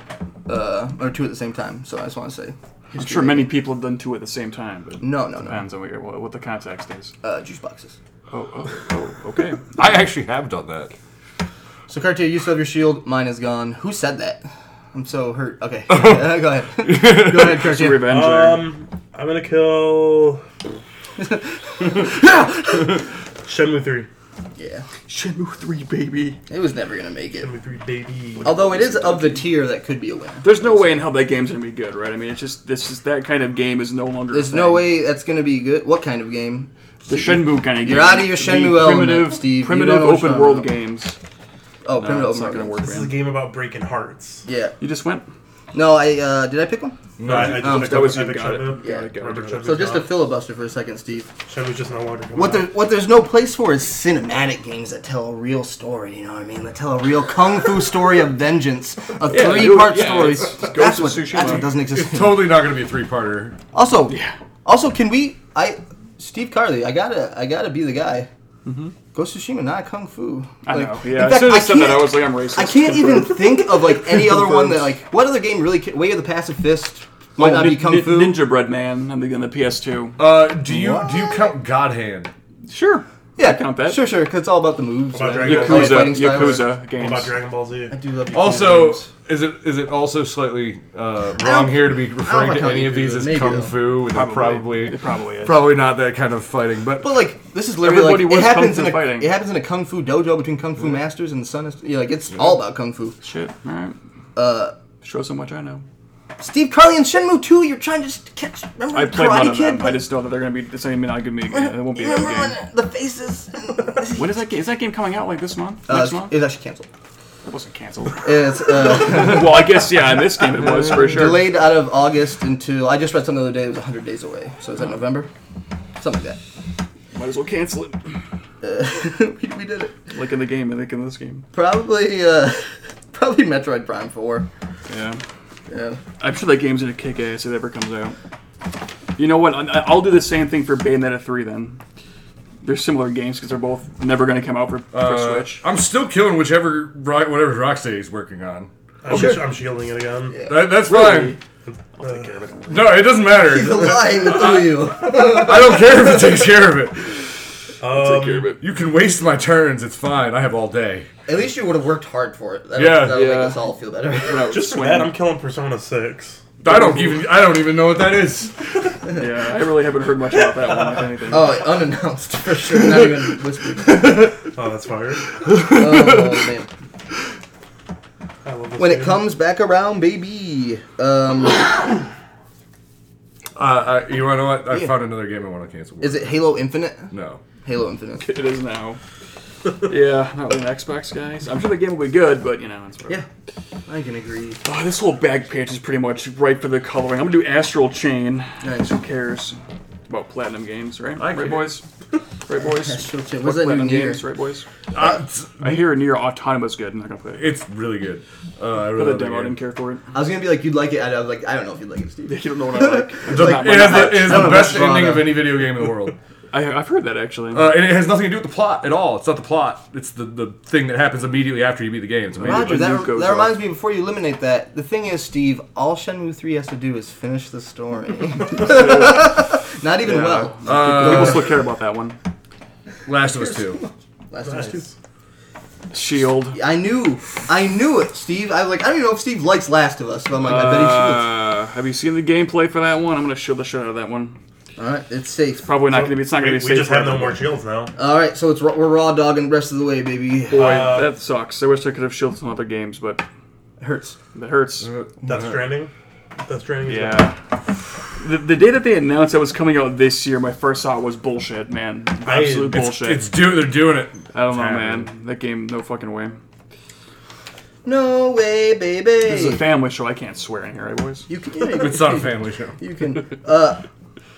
A: uh, or two at the same time. So I just want to say,
D: I'm sure many people have done two at the same time, but
A: no, no, no.
D: depends on what, your- what what the context is.
A: Uh, juice boxes.
D: Oh, oh, oh okay.
C: I actually have done that.
A: So Cartier, you still have your shield. Mine is gone. Who said that? I'm so hurt. Okay, Uh, go ahead. go ahead,
D: It's a
A: Cartier.
D: revenge. there.
B: um, I'm gonna kill Shenmue three.
A: Yeah,
D: Shenmue 3, baby.
A: it was never gonna make it.
B: Shenmue three, baby.
A: Although it is of the tier that could be a winner.
D: There's no way in hell that game's gonna be good, right? I mean, it's just this is that kind of game is no longer. a
A: There's
D: thing.
A: no way that's gonna be good. What kind of game?
D: the Shenmue kind of game.
A: You're outta your
D: The
A: Shenmue element,
D: primitive,
A: Steve. You
D: Primitive
A: don't know what you're
D: open world
A: talking
D: games.
A: Oh, primitive.
D: No, it's
A: Open
D: not gonna
A: World.
D: work,
B: This is a
D: man.
B: game about breaking hearts.
A: Yeah.
D: You just went.
A: No, I uh, did I pick one?
B: No, I, I just
A: Um,
B: picked
D: that
B: up
D: was you.
B: Epic
D: Got it.
B: Shenmue.
A: Yeah.
D: Okay,
B: Remember
D: okay.
B: Shenmue's
A: So just
B: not-
A: a filibuster for a second, Steve.
B: Shenmue's just no longer. coming
A: What
B: out.
A: there, what there's no place for is cinematic games that tell a real story. You know what I mean? That tell a real kung fu story of vengeance, a
D: Yeah,
A: three part
D: yeah,
A: story.
D: it's- it's
A: that's
D: Ghost of
A: what
D: Tsushima.
A: that's what doesn't exist.
C: It's totally not going to be a three-parter.
A: also, also, can we? I Steve Carley, I gotta I gotta be the guy. Ghost of Tsushima, not kung fu.
D: Mm-hmm. I
A: Like,
D: know.
A: in
D: Yeah.
A: fact,
D: as soon as I,
A: I
D: said that, I
A: can't-
D: was like, I'm racist.
A: I can't even think of like any other one that
D: Confirmed.
A: like what other game really ca- Way of the Passive Fist might
D: Might
A: not be kung fu.
D: Ninja Bread Man on the, on the PS2.
C: Uh, do you do you count God Hand?
D: Sure.
A: Yeah,
D: count that.
A: Sure, sure. 'cause it's all about the moves.
B: About
A: man.
B: Dragon
A: All
B: Ball
A: the
D: Yakuza,
A: fighting styles.
D: Yakuza
B: What
D: games.
B: about Dragon Ball Z?
A: I do love Yakuza
C: Also,
A: games.
C: is it is it also slightly uh, wrong here to be referring
A: like
C: to
A: how
C: any
A: you
C: of
A: do
C: these
A: it.
C: as
A: Maybe
C: kung
A: though.
C: fu? and they're
D: Probably.
C: Probably,
D: It probably is.
C: probably not that kind of fighting. But
A: But like this is literally
D: Everybody
A: like it
D: was
A: happens
D: kung
A: in
D: fu
A: a
D: fighting.
A: it happens in a kung fu dojo between kung fu masters and the sun. Is, yeah, like it's all about kung fu.
D: Shit. All right. Uh, shows how much I know.
A: Steve Carly and Shenmue 2, You're trying to just catch. Remember
D: I
A: the
D: played one
A: Karate
D: of
A: Kid?
D: them. I just know that they're gonna be. It's not even not gonna be. a good meeting. It won't be a good
A: remember
D: game.
A: when the faces. uh,
D: When is that game? Is that game coming out like this month? Next
A: it's,
D: month?
A: it's actually canceled.
D: It wasn't canceled.
A: It's uh,
D: well, I guess yeah. In this game, it was for sure.
A: delayed out of August until I just read something the other day. It was 100 days away. So is that November? Something like
D: Might as well cancel it.
A: that. we, we did it.
D: Like in the game, I think in this game.
A: Probably uh, probably Metroid Prime 4.
D: Yeah.
A: Yeah.
D: I'm sure that game's gonna kick ass if it ever comes out. You know what? I- I'll do the same thing for Bayonetta 3 then. They're similar games because they're both never gonna come out for, for
C: uh,
D: Switch.
C: I'm still killing whichever Rock- whatever Rocksteady's working on.
B: I'm, I'm shielding it again. Uh,
C: That, that's
D: Really?
C: fine. No, it doesn't matter.
A: The line through you.
C: I don't care if it takes care of it.
D: Take care of
B: Um,
D: it.
C: You can waste my turns. It's fine. I have all day.
A: At least you would have worked hard for it. That'll,
C: Yeah.
A: that'll
D: Yeah.
A: make us all feel better.
B: Just for that, I'm killing Persona 6.
C: I don't even. I don't even know what that is.
D: Yeah, I really haven't heard much about that one, if anything.
A: oh, unannounced for sure. Not even whispered.
B: Oh, that's fire.
A: Oh man.
B: I love this
A: When it
B: game.
A: comes back around, baby. Um,
C: Uh, I, you want to know what? I
A: Yeah.
C: found another game I want to cancel.
A: is it Halo Infinite?
C: No.
A: Halo Infinite.
D: It is now. yeah, not really an Xbox guys. I'm sure the game will be good, but you know, it's whatever.
A: Yeah, I can agree.
D: Oh, this whole back page is pretty much right for the coloring. I'm gonna do Astral Chain.
A: Nice.
D: Who cares about platinum games, right?
C: I
D: right,
C: care.
D: boys. Right, boys.
A: Astral Chain.
D: Fuck
A: What's that new
D: platinum
A: Nier?
D: games, right, boys?
C: Uh, it's,
D: I hear near autonomous good. I'm not gonna play it.
C: it's really good. Uh, I
D: For
C: really
D: the
C: love
D: demo,
C: that
D: I didn't
C: game.
D: care for it.
A: I was gonna be like, you'd like it. I, I was like, I don't know if you'd like it, Steve.
D: You don't know what I like. It's not
C: It
D: my-
C: has the, it has
A: I don't know
C: the best
A: what's wrong
C: ending of
A: there.
C: any video game in the world.
D: I, have heard that actually.
C: Uh, and it has nothing to do with the plot at all. It's not the plot. It's the, the thing that happens immediately after you beat the game. It's amazing.
A: Roger,
D: the
A: that,
D: nuke goes
A: that
D: off.
A: reminds me. Before you eliminate that, the thing is, Steve, all Shenmue Three has to do is finish the story. Not even
D: Yeah. uh,
A: well.
D: People still care about that one.
C: Last of Us Two.
A: Last nice.
B: Nice.
D: Shield.
A: I knew, I knew it, Steve. I was like, I don't even know if Steve likes Last of Us, but I'm like, I bet
D: Uh, have you seen the gameplay for that one? I'm gonna shield the shit out of that one.
A: he should. All right, it's safe.
D: Probably not gonna be. It's not
B: We,
D: gonna be
B: we
D: safe.
B: just have no
D: forever.
B: more shields now.
A: All right, so it's ra- we're raw dogging the rest of the way, baby. It
D: Boy,
B: Uh,
D: that sucks. I wish I could have shielded some other games, but
A: hurts.
D: that hurts.
B: Death Stranding. Death Stranding. is
D: Yeah. The, the day that they announced that was coming out this year, my first thought was bullshit, man.
B: I-
D: Absolute
B: it's-
D: bullshit.
C: It's do. They're doing it.
D: I don't know,
C: happening.
D: man. That game, no fucking way.
A: No way, baby.
D: This is a family show. I can't swear in here, right, boys?
A: You can. Yeah, you
C: It's not a family show.
A: You can. Uh,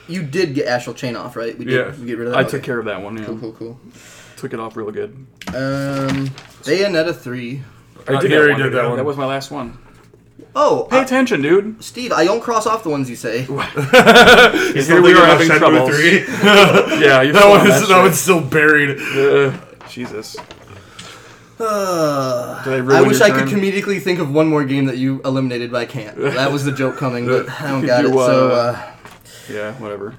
A: you did get Astral Chain off, right? We did.
C: Yeah.
A: We get rid of that.
D: I
A: Okay.
D: took care of that one. Yeah.
A: Cool, cool,
D: Took it off real good.
A: cool. Um, Bayonetta three.
C: I
D: did
C: did
D: that
C: already
D: one.
C: Uh, did that
D: That
C: one.
D: was my last one.
A: Oh,
D: Pay
A: I-
D: attention, dude.
A: Steve, I don't cross off the ones you say.
B: He's
D: Here we
B: thinking
D: are
B: about
D: having
B: Shenmue
D: troubles.
B: 3.
D: Yeah, you
C: That one's that one's still buried.
D: Jesus.
A: Uh,
D: Did I ruin
A: I wish
D: your
A: I could
D: time?
A: comedically think of one more game that you eliminated, but I can't. That was the joke coming, but I don't
D: Could
A: got
D: you,
A: it. So,
D: uh,
A: uh,
D: Yeah, whatever.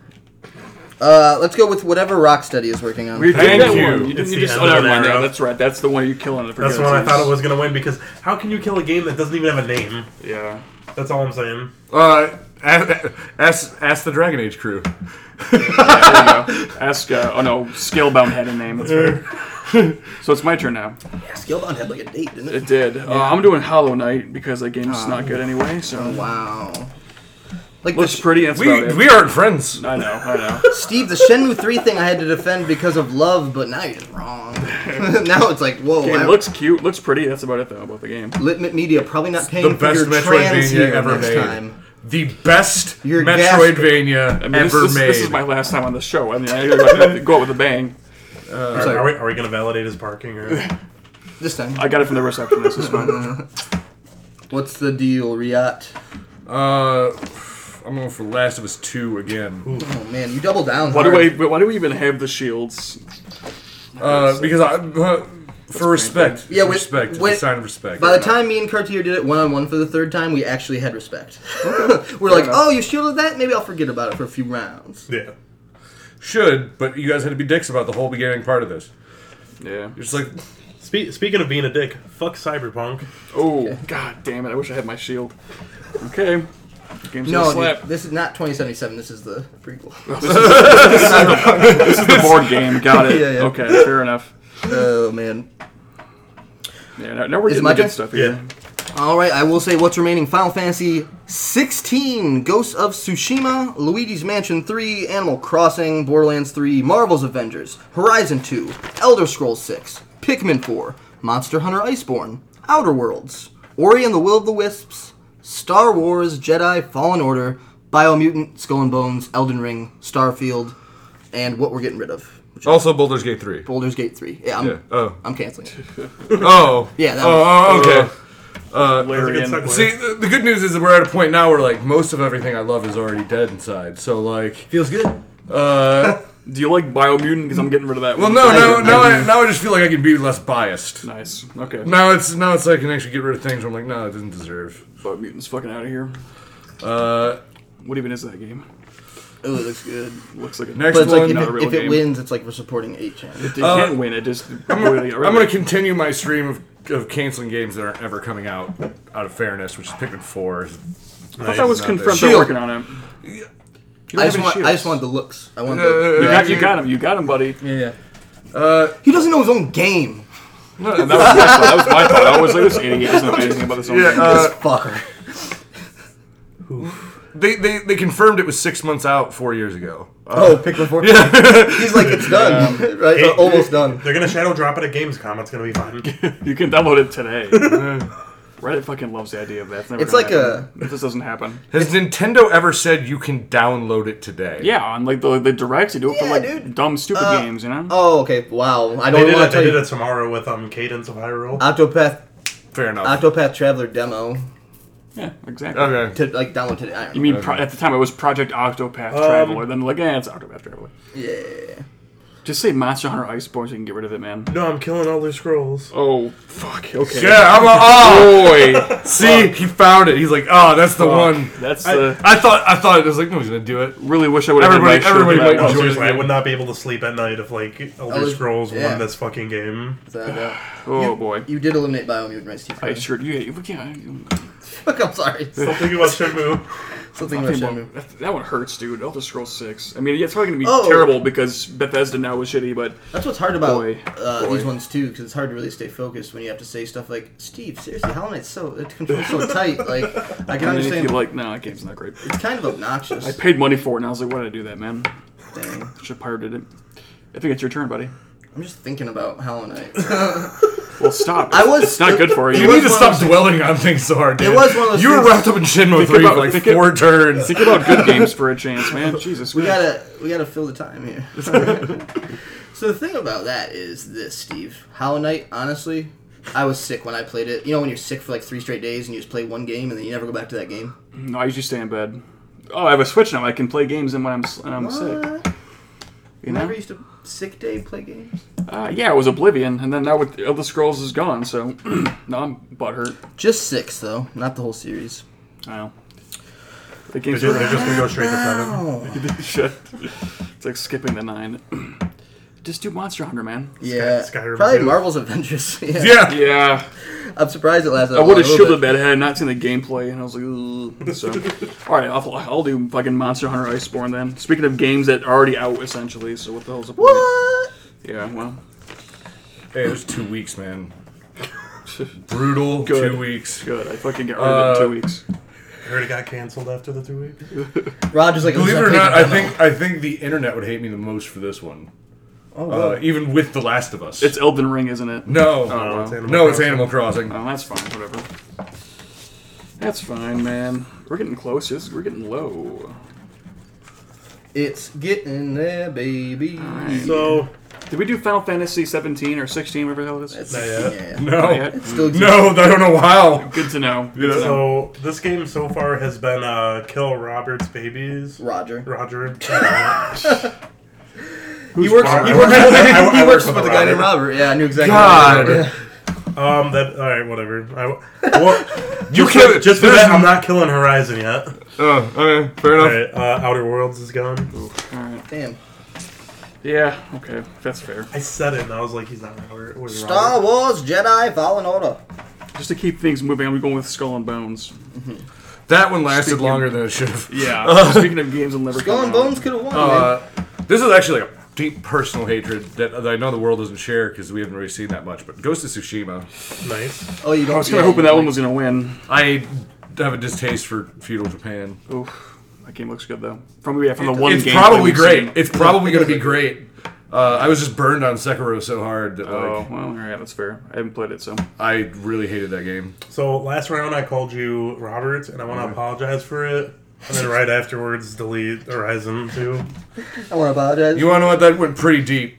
A: uh, let's go with whatever Rocksteady is working on.
D: We
C: Thank
D: did that
C: you.
D: one. You, did,
B: It's
D: you
B: the
D: just,
B: end
D: oh,
B: of
D: never
B: an
D: mind.
B: era.
D: Yeah, that's right. That's the one you're killing. It for
B: That's the
D: good
B: one I
D: reasons.
B: thought it was going to win because how can you kill a game that doesn't even have a name?
D: Yeah.
B: That's all I'm saying.
C: Uh, ask, ask ask the Dragon Age crew.
D: There you go. Ask. Uh, oh no, Scalebound had a name. That's right. so it's my turn now.
A: Skillbound had like a date, didn't it?
D: It did. Uh, I'm doing Hollow Knight because that game's not good anyway. So
A: Wow. Like the
D: looks
A: sh-
D: pretty. That's
C: We
D: about it.
C: we aren't friends.
D: I know. I know.
A: Steve, the Shenmue 3 thing I had to defend because of love, but now you're just wrong. now it's like, whoa.
D: Game
A: I-
D: looks cute. Looks pretty. That's about it though about the game.
A: Litmit Media probably not paying
C: The
A: for
C: best
A: your trans
C: Metroidvania
A: here
C: ever
A: next
C: made.
A: time.
C: The best
A: You're
C: Metroidvania
D: I mean, this,
C: ever
D: this-
C: made.
D: this is my last time on the show. I mean, I gotta go out with a bang.
B: Are,
A: sorry.
B: are we, are we going to validate his parking? Or...
A: This time.
D: I got it from the receptionist. It's fine.
A: What's the deal, Riat?
C: Uh, I'm going for Last of Us Two again.
A: Oh man, you double down.
D: Why
A: hard.
D: do I? Why do we even have the shields?
C: Uh, because I. Uh, for respect,
A: Yeah, with-
C: respect, it's
A: with-
C: a sign of respect.
A: By the time me and Cartier did it one on one for the third time, we actually had respect. We're like,
D: enough.
A: oh, you shielded that? Maybe I'll forget about it for a few rounds.
B: Yeah.
C: Should, but you guys had to be dicks about the whole beginning part of this.
D: Yeah.
C: You're just like,
B: Spe- speaking of being a dick, fuck Cyberpunk.
D: Oh, god damn it. I wish I had my shield. Okay. Game's
A: No,
D: gonna slap.
A: dude, this is not 2077. This is the prequel.
D: This is the board game. Got it.
A: Yeah, yeah.
D: Okay, fair enough.
A: oh man.
D: Yeah, now, now we're
A: Is it
D: getting
A: my
D: the good
A: turn?
D: stuff
B: Yeah.
D: here.
A: All right, I will say what's remaining. Final Fantasy 16, Ghosts of Tsushima, Luigi's Mansion 3, Animal Crossing, Borderlands 3, Marvel's Avengers, Horizon 2, Elder Scrolls 6, Pikmin 4, Monster Hunter Iceborne, Outer Worlds, Ori and the Will of the Wisps, Star Wars Jedi Fallen Order, Biomutant, Skull and Bones, Elden Ring, Starfield, and what we're getting rid of. Which is
C: also Baldur's Gate 3.
A: Baldur's Gate 3. Yeah, I'm,
C: Yeah. Oh.
A: I'm canceling it.
C: Oh.
A: Yeah, that
C: oh, oh, okay.
D: Larian.
B: That's a good segue.
C: See, the, the good news is that we're at a point now where, like, most of everything I love is already dead inside. So, like,
A: Feels good.
C: uh,
D: Do you like Biomutant? Because I'm getting rid of that
C: well,
D: one.
C: no, no, now I, now I just feel like I can be less biased.
D: Nice. Okay.
C: Now it's now it's like I can actually get rid of things where I'm like, no, it doesn't deserve.
D: Biomutant's fucking out of here.
C: Uh,
D: What even is that game?
A: Oh, it looks good.
D: Looks like a
C: next
A: But it's
C: one,
A: like if
D: not a
A: it,
D: real
A: if it
D: game.
A: wins, it's like we're supporting 8chan.
D: They can't win. It just. Uh, I'm
C: I'm going to continue my stream of, of canceling games that aren't ever coming out out of fairness, which is Pikmin 4.
D: I thought that was
C: Not there.
D: confirmed. They're
A: Shield.
D: working on it.
A: I just want I just want the looks. I want the
D: You got, you got him. You got him, buddy.
A: yeah, he doesn't know his own game.
D: And that, was my thought. that was my thought. I was like, this idiot doesn't know anything about this whole
C: Yeah,
D: thing.
C: uh,
A: this fucker.
C: They, they, they confirmed it was six months out four years ago. Uh,
A: oh, Pikmin four. He's like it's done, right?
B: Hey,
A: almost done.
B: They're gonna shadow drop it at Gamescom. It's gonna be fine.
D: you can download it today. Reddit fucking loves the idea of that. It's, never
A: It's
D: gonna
A: like
D: happen. If this doesn't happen.
C: Has Nintendo ever said you can download it today?
D: Yeah, on like the, the directs, they do it for
A: Yeah,
D: like
A: dude.
D: dumb, stupid games, you know?
A: Oh, okay. Wow, I
B: they
A: don't
B: did
A: want
B: it.
A: to tell
B: They did
A: you.
B: it tomorrow with um Cadence of Hyrule.
A: Octopath
C: Fair enough.
A: Octopath Traveler demo
D: yeah, exactly.
C: okay.
A: to like download today. I don't
D: You
A: know.
D: mean pro- at the time it was Project
A: Um,
D: Octopath Traveler? Then like, yeah, it's Octopath Traveler.
A: Yeah.
D: Just say Monster Hunter Iceborne so you can get rid of it, man.
B: No, I'm killing Elder Scrolls.
D: Oh fuck. Okay.
C: Yeah, I'm a, oh boy. See, he found it. He's like, oh, that's the one.
D: That's
C: I,
D: the.
C: I thought I thought it was like no, he's gonna do it.
D: really wish I would have.
C: Everybody- everybody might
B: Oh,
C: enjoy
B: seriously, I
C: it.
B: would not be able to sleep at night if like Elder
A: Elder-
B: Scrolls
A: yeah.
B: won this fucking game.
A: So, uh,
D: Oh boy.
A: you did eliminate Biomutant Rice Teeth.
D: I sure. Yeah. you- yeah you-
A: Fuck, I'm sorry.
B: Something about Shenmue.
A: Something about Shenmue.
D: that, that one hurts, dude. Elder Scrolls Six. I mean, yeah, it's probably gonna be
A: Oh.
D: terrible because Bethesda now was shitty, but
A: That's what's hard about
D: Boy.
A: uh,
D: Boy.
A: these ones too, because it's hard to really stay focused when you have to say stuff like, "Steve, seriously, how am I so it controls so tight?" Like, I can
D: I mean, if
A: understand.
D: you like, no, that game's not great.
A: it's kind of obnoxious.
D: I paid money for it, and I was like, why did I do that, man?
A: Dang.
D: Should have pirated it. I think it's your turn, buddy.
A: I'm just thinking about how and I.
D: Well, stop.
A: I was-
D: It's not good for
A: it
D: you.
C: You need
A: was
C: to
A: one of
C: stop
A: those-
C: dwelling on things so hard. dude.
A: was one of those
C: You were
A: things-
C: wrapped up in Shinmo three
D: about-
C: for like
D: think it-
C: four turns.
D: Think about good games for a chance, man. Jesus.
A: we
D: Christ.
A: gotta we gotta fill the time here. so the thing about that is this, Steve. Hollow Knight, honestly, I was sick when I played it. You know when you're sick for like three straight days and you just play one game and then you never go back to that game.
D: No, I usually stay in bed. Oh, I have a Switch now. I can play games and when I'm s- and I'm sick.
A: What?
D: You
A: You never
D: know?
A: used to sick day play games.
D: Uh, yeah, it was Oblivion, and then now with Elder Scrolls is gone, so no, I'm butthurt.
A: Just six though, not the whole series.
D: I know. The
B: They're
D: game's
B: just, they're just gonna go straight to seven.
A: Oh.
D: shit. It's like skipping the nine. Just do Monster Hunter, man.
A: Yeah,
B: Skyrim
A: probably
B: too.
A: Marvel's Avengers. yeah.
C: yeah.
D: Yeah,
A: I'm surprised it lasted.
D: I would have shielded
A: shielded.
D: that had I not seen the gameplay, and I was like, Ugh. so. All right, I'll, I'll do fucking Monster Hunter Iceborne then. Speaking of games that are already out, essentially, so what the hell's the point?
A: What?
D: Yeah, well,
C: Hey, it was two weeks, man. Brutal
D: Good.
C: two weeks.
D: good. I fucking get rid of it in two weeks.
B: I heard it got canceled after the two weeks.
A: Roger's like.
C: Believe it
A: "Listen,
C: or
A: I'm
C: not, I
A: taking a
C: think I think the internet would hate me the most for this one. uh, even with The Last of Us.
D: It's Elden Ring, isn't it?
C: no,
D: Oh.
B: No, it's Animal
C: no, it's
B: Crossing.
C: Animal Crossing.
D: Oh, that's fine. Whatever. That's fine, man. We're getting close. This- We're getting low.
A: demo." It's getting there, baby.
B: So
D: Did we do Final Fantasy 17 or 16, whatever the hell it is?
A: That's,
B: Not
A: yeah.
B: yet.
D: Not
C: No,
D: yet?
A: Still exists.
C: no, I don't know how.
D: Good to know.
C: Yeah.
B: so this game so far has been uh kill Robert's babies.
A: Roger.
B: Roger. Uh,
A: He works.
B: Robert?
A: He works,
B: I- I- I
A: he
B: work
A: works
B: with
A: with a
B: a
A: guy named Robert. Yeah, I knew exactly. what
C: God.
A: you meant.
B: um. That. All right. Whatever. I, well,
C: You
B: just for, just for that, I'm not killing Horizon yet.
C: Oh, okay, fair enough.
B: All right. Uh, Outer Worlds is gone.
D: All right.
A: Damn.
D: Yeah, okay, that's fair.
B: I said it, and I was like, he's not Robert. Where's
A: Star
B: Robert?
A: Wars Jedi Fallen Order.
D: Just to keep things moving, I'm going with Skull and Bones.
C: That one lasted
D: Speaking-
C: longer than it should have.
D: Yeah. speaking of games, I'll never
A: Skull
D: come
A: and
D: out.
A: Bones could have won. man.
C: Uh, this is actually a deep personal hatred that, that I know the world doesn't share because we haven't really seen that much. But Ghost of Tsushima,
B: Nice.
A: Oh, you don't.
D: I was kind of
A: yeah,
D: hoping
A: you
D: that
A: don't
D: one was gonna win.
C: I have a distaste for feudal Japan.
D: Oof, that game looks good though. From yeah, from the one
C: it's
D: game.
C: probably great. It's probably going to be great. Uh, I was just burned on Sekiro so hard that
D: Oh
C: like
D: well, all right, that's fair. I haven't played it, so
C: I really hated that game.
B: So last round, I called you Robert, and I want to apologize for it. And then right afterwards, delete Horizon 2.
A: like- I want to apologize.
C: You want to know what? That went pretty deep.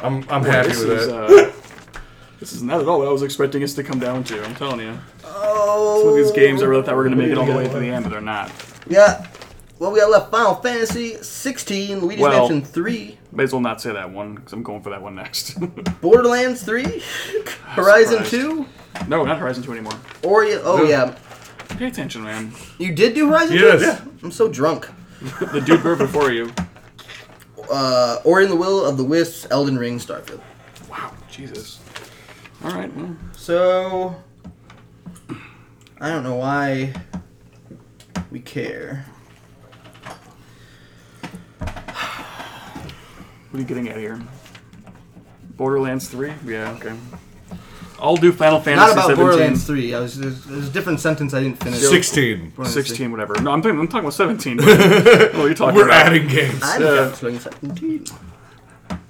C: I'm I'm happy
D: this
C: with
D: is,
C: that.
D: uh, this is not at all what I was expecting us to come down to. I'm telling you,
A: oh,
D: some of these games I really thought were gonna make it all the way to the end, but they're not.
A: Yeah. Well, we Oh, got left Final Fantasy 16, Luigi's
D: Well-
A: Mansion 3,
D: May as well not say that one because I'm going for that one next.
A: Borderlands 3, Horizon
D: surprised.
A: 2,
D: no, not Horizon 2 anymore.
A: Ori. Oh yeah,
D: Pay attention, man.
A: you did do Horizon
C: Yes.
A: 2. I'm so drunk.
D: The dude bird before you.
A: Uh, Ori and the Will of the Wisps, Elden Ring, Starfield.
D: Wow, Jesus. All right, well,
A: So I don't know why we care.
D: what are you getting at here? Borderlands 3? Yeah, okay. I'll do Final Fantasy
A: Not about
D: 17.
A: Borderlands 3. I was there's, there's a different sentence I didn't finish.
C: Sixteen.
A: Borderlands
D: 16, whatever. No, I'm, thinking, I'm talking about 17. what are you talking
C: We're
D: about?
C: adding games.
A: I
D: Yeah.
A: didn't finish 17.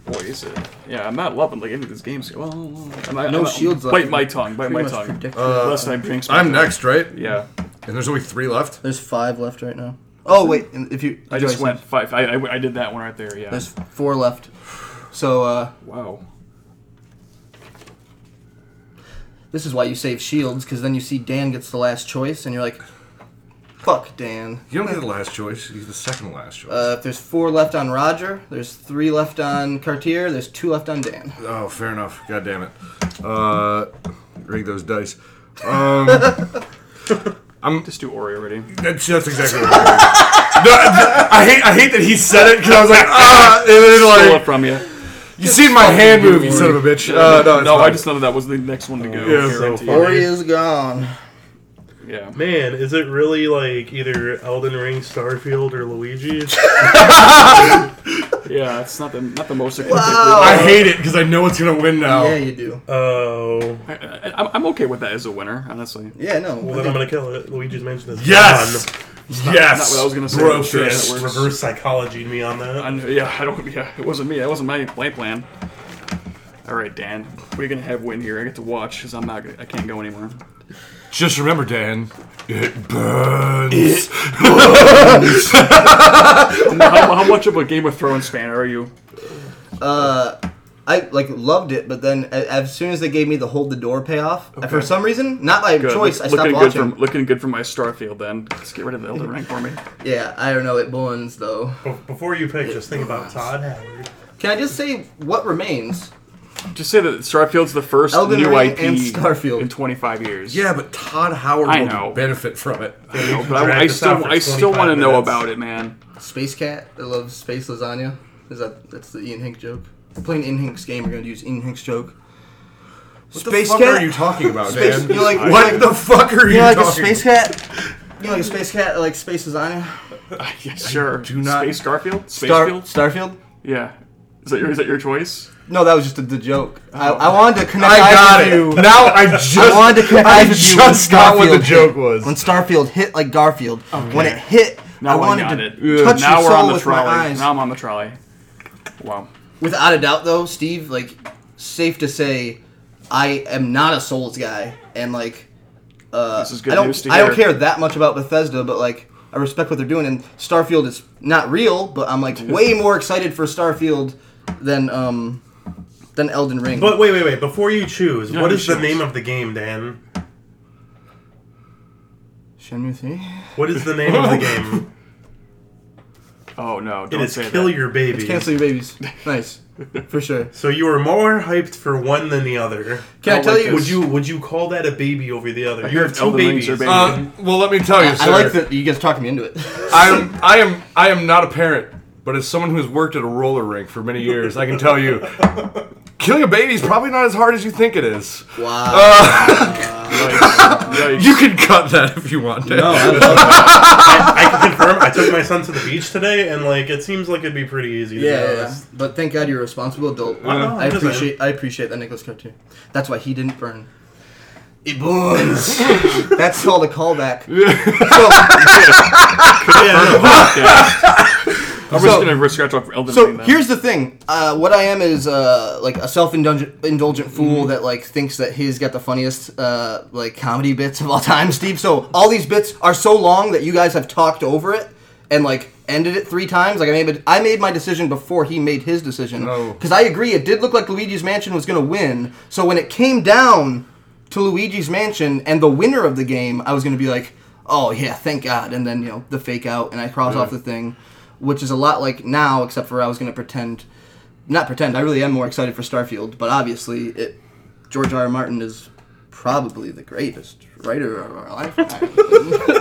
D: Boy, is it? Yeah, I'm not loving like any of these games. Well, I'm, I'm,
A: No
D: I'm,
A: shields left.
D: Bite my tongue. Bite
A: Pretty
D: my
A: much
D: tongue.
A: predicted.
D: Lest I drinks. my
C: I'm
D: tongue.
C: next, right?
D: Yeah,
C: And there's only three left.
A: There's five left right now. Oh wait, and if you
D: I just went five. I, I, I did that one right there. Yeah.
A: There's four left. So uh,
D: wow.
A: this is why you save shields because then you see Dan gets the last choice and you're like, fuck Dan.
C: You don't get the last choice. You get the second last choice.
A: Uh, if there's four left on Roger, there's three left on Cartier, there's two left on Dan.
C: Oh, fair enough. God damn it. Uh, rig those dice. Um,
D: Just do Ori already.
C: that's, that's exactly what I did. No, th- I hate I hate that he said it because I was like ah, and
D: Stole
C: then
D: it
C: like
D: from you.
C: you seen my hand move, you son of a bitch. Uh, no, it's
D: no, I
C: fine.
D: just thought that was the next one to go.
C: Yeah,
B: so
D: guaranteed.
B: far.
A: Ori is gone.
D: yeah.
B: Man, is it really like either Elden Ring, Starfield, or Luigi?
D: yeah, it's not the not the most.
A: Wow.
C: I hate it because I know it's gonna win now.
A: Yeah, you do.
B: Oh,
D: I, I, I'm- I'm okay with that as a winner, honestly.
A: Yeah, no.
B: well
A: I think-
B: then I'm gonna kill it. Luigi's Mansion is
C: Yes,
B: gone.
C: yes.
D: not what I was gonna say.
C: Bro,
D: Sure, that
C: fist.
D: works.
B: Reverse psychology me on that.
D: I, kn- yeah, I don't. Yeah, it wasn't me. That wasn't my play plan. All right, Dan, what are you gonna have win here? I get to watch because I'm not. Gonna, I can't go anymore.
C: Just remember, Dan. It burns.
D: how, how much of a Game of Thrones fan are you?
A: I like loved it, but then a- as soon as they gave me the hold the door payoff, for some reason, not by
D: Good.
A: choice, I stopped
D: looking good
A: watching.
D: for looking good for my Starfield. Then let's get rid of the Elden Ring for me.
A: yeah, I don't know. It blends though.
B: Be- Before you pick, just think about Todd Howard.
A: Can I just say what remains?
D: Just say that Starfield's the first
A: Elden
D: new
A: Ring
D: IP
A: and Starfield.
D: in 25 years.
C: yeah, but Todd Howard
D: I
C: will
D: know.
C: benefit from it.
D: I know, but I,
B: Drag
D: I
B: this out
D: still
B: for
D: I still
B: 25
D: want to know
B: minutes.
D: about it, man.
A: Space cat that loves space lasagna. Is that that's the Ian Hink joke? We're playing Ian Hink's game. We're gonna use Ian Hink's joke. space
C: what the fuck
A: cat.
C: are you talking about,
A: Space-
C: Dan?
A: you're like-
C: what the fuck are you,
A: you know, like
C: talking?
A: a space cat. You know, like a space cat that likes space lasagna.
D: Yeah, sure.
C: do not-
D: Space Starfield.
A: Star-
D: Spacefield.
A: Starfield.
D: yeah. Is that your is that your choice?
A: No, that was just a, the joke. I, I wanted to connect.
C: Oh. I
A: eyes
C: got
A: with
C: it.
A: you.
C: Now I just
A: I wanted to connect
C: I
A: eyes with you when
C: just got what the
A: Starfield
C: joke
A: hit.
C: was. Oh,
A: When Starfield hit like Garfield, when it hit,
D: Now
A: I
D: I
A: wanted
D: got
A: to
D: it.
A: touch
D: now
A: your
D: we're
A: soul
D: on the
A: with my
D: trolley.
A: eyes.
D: Now I'm on the trolley. Wow.
A: Without a doubt, though, Steve, like, safe to say, I am not a Souls guy, and like, uh,
D: This is good
A: I don't,
D: news to
A: I don't
D: hear.
A: care that much about Bethesda, but like, I respect what they're doing. And Starfield is not real, but I'm like way more excited for Starfield than um than Elden Ring.
B: But wait, wait, wait. Before you choose,
D: No,
B: what
D: you
B: is the
D: choose.
B: name of the game, Dan?
A: Shenmue three.
B: What is the name of the game?
D: Oh no!
B: It
D: Don't
B: is
D: say
B: Kill
D: that.
B: Your Baby.
A: Cancel your babies. Nice, for sure.
B: so you are more hyped for one than the other.
A: Can I,
D: I
A: tell
D: like
A: you?
D: this.
B: Would you would you call that a baby over the other? You
D: heard
B: have two
D: Elden Rings
B: babies.
D: are baby.
C: Uh, well, let me tell you, sir.
A: I like that you guys talked me into it.
C: I'm, I am, I am not a parent, But as someone who's worked at a roller rink for many years, I can tell you, killing a baby is probably not as hard as you think it is.
A: Wow.
D: Oh, Yikes.
C: You can cut that if you want to.
B: I can confirm. I took my son to the beach today, and like it seems like it'd be pretty easy. To be
A: Yeah, yeah, yeah.
B: honest.
A: but thank God you're a responsible adult.
B: I know,
A: I
B: I'm just
A: appreciate I appreciate that Nicholas cartoon. That's why he didn't burn. It burns. That's called a callback.
B: yeah. no,
D: I'm
A: So-
D: just gonna scratch off Elden
A: So
D: Ring. then.
A: here's the thing. Uh, what I am is uh, like a self-indulgent indulgent fool that like thinks that he's got the funniest uh, like comedy bits of all time, Steve. So all these bits are so long that you guys have talked over it and like ended it three times. Like I made I made my decision before he made his decision
C: No.
A: because I agree it did look like Luigi's Mansion was gonna win. So when it came down to Luigi's Mansion and the winner of the game, I was gonna be like, oh yeah, thank God. And then you know the fake out and I cross off the thing, which is a lot like now, except for I was gonna pretend, not pretend. I really am more excited for Starfield, but obviously it. George R. R. Martin is probably the greatest writer of our lifetime.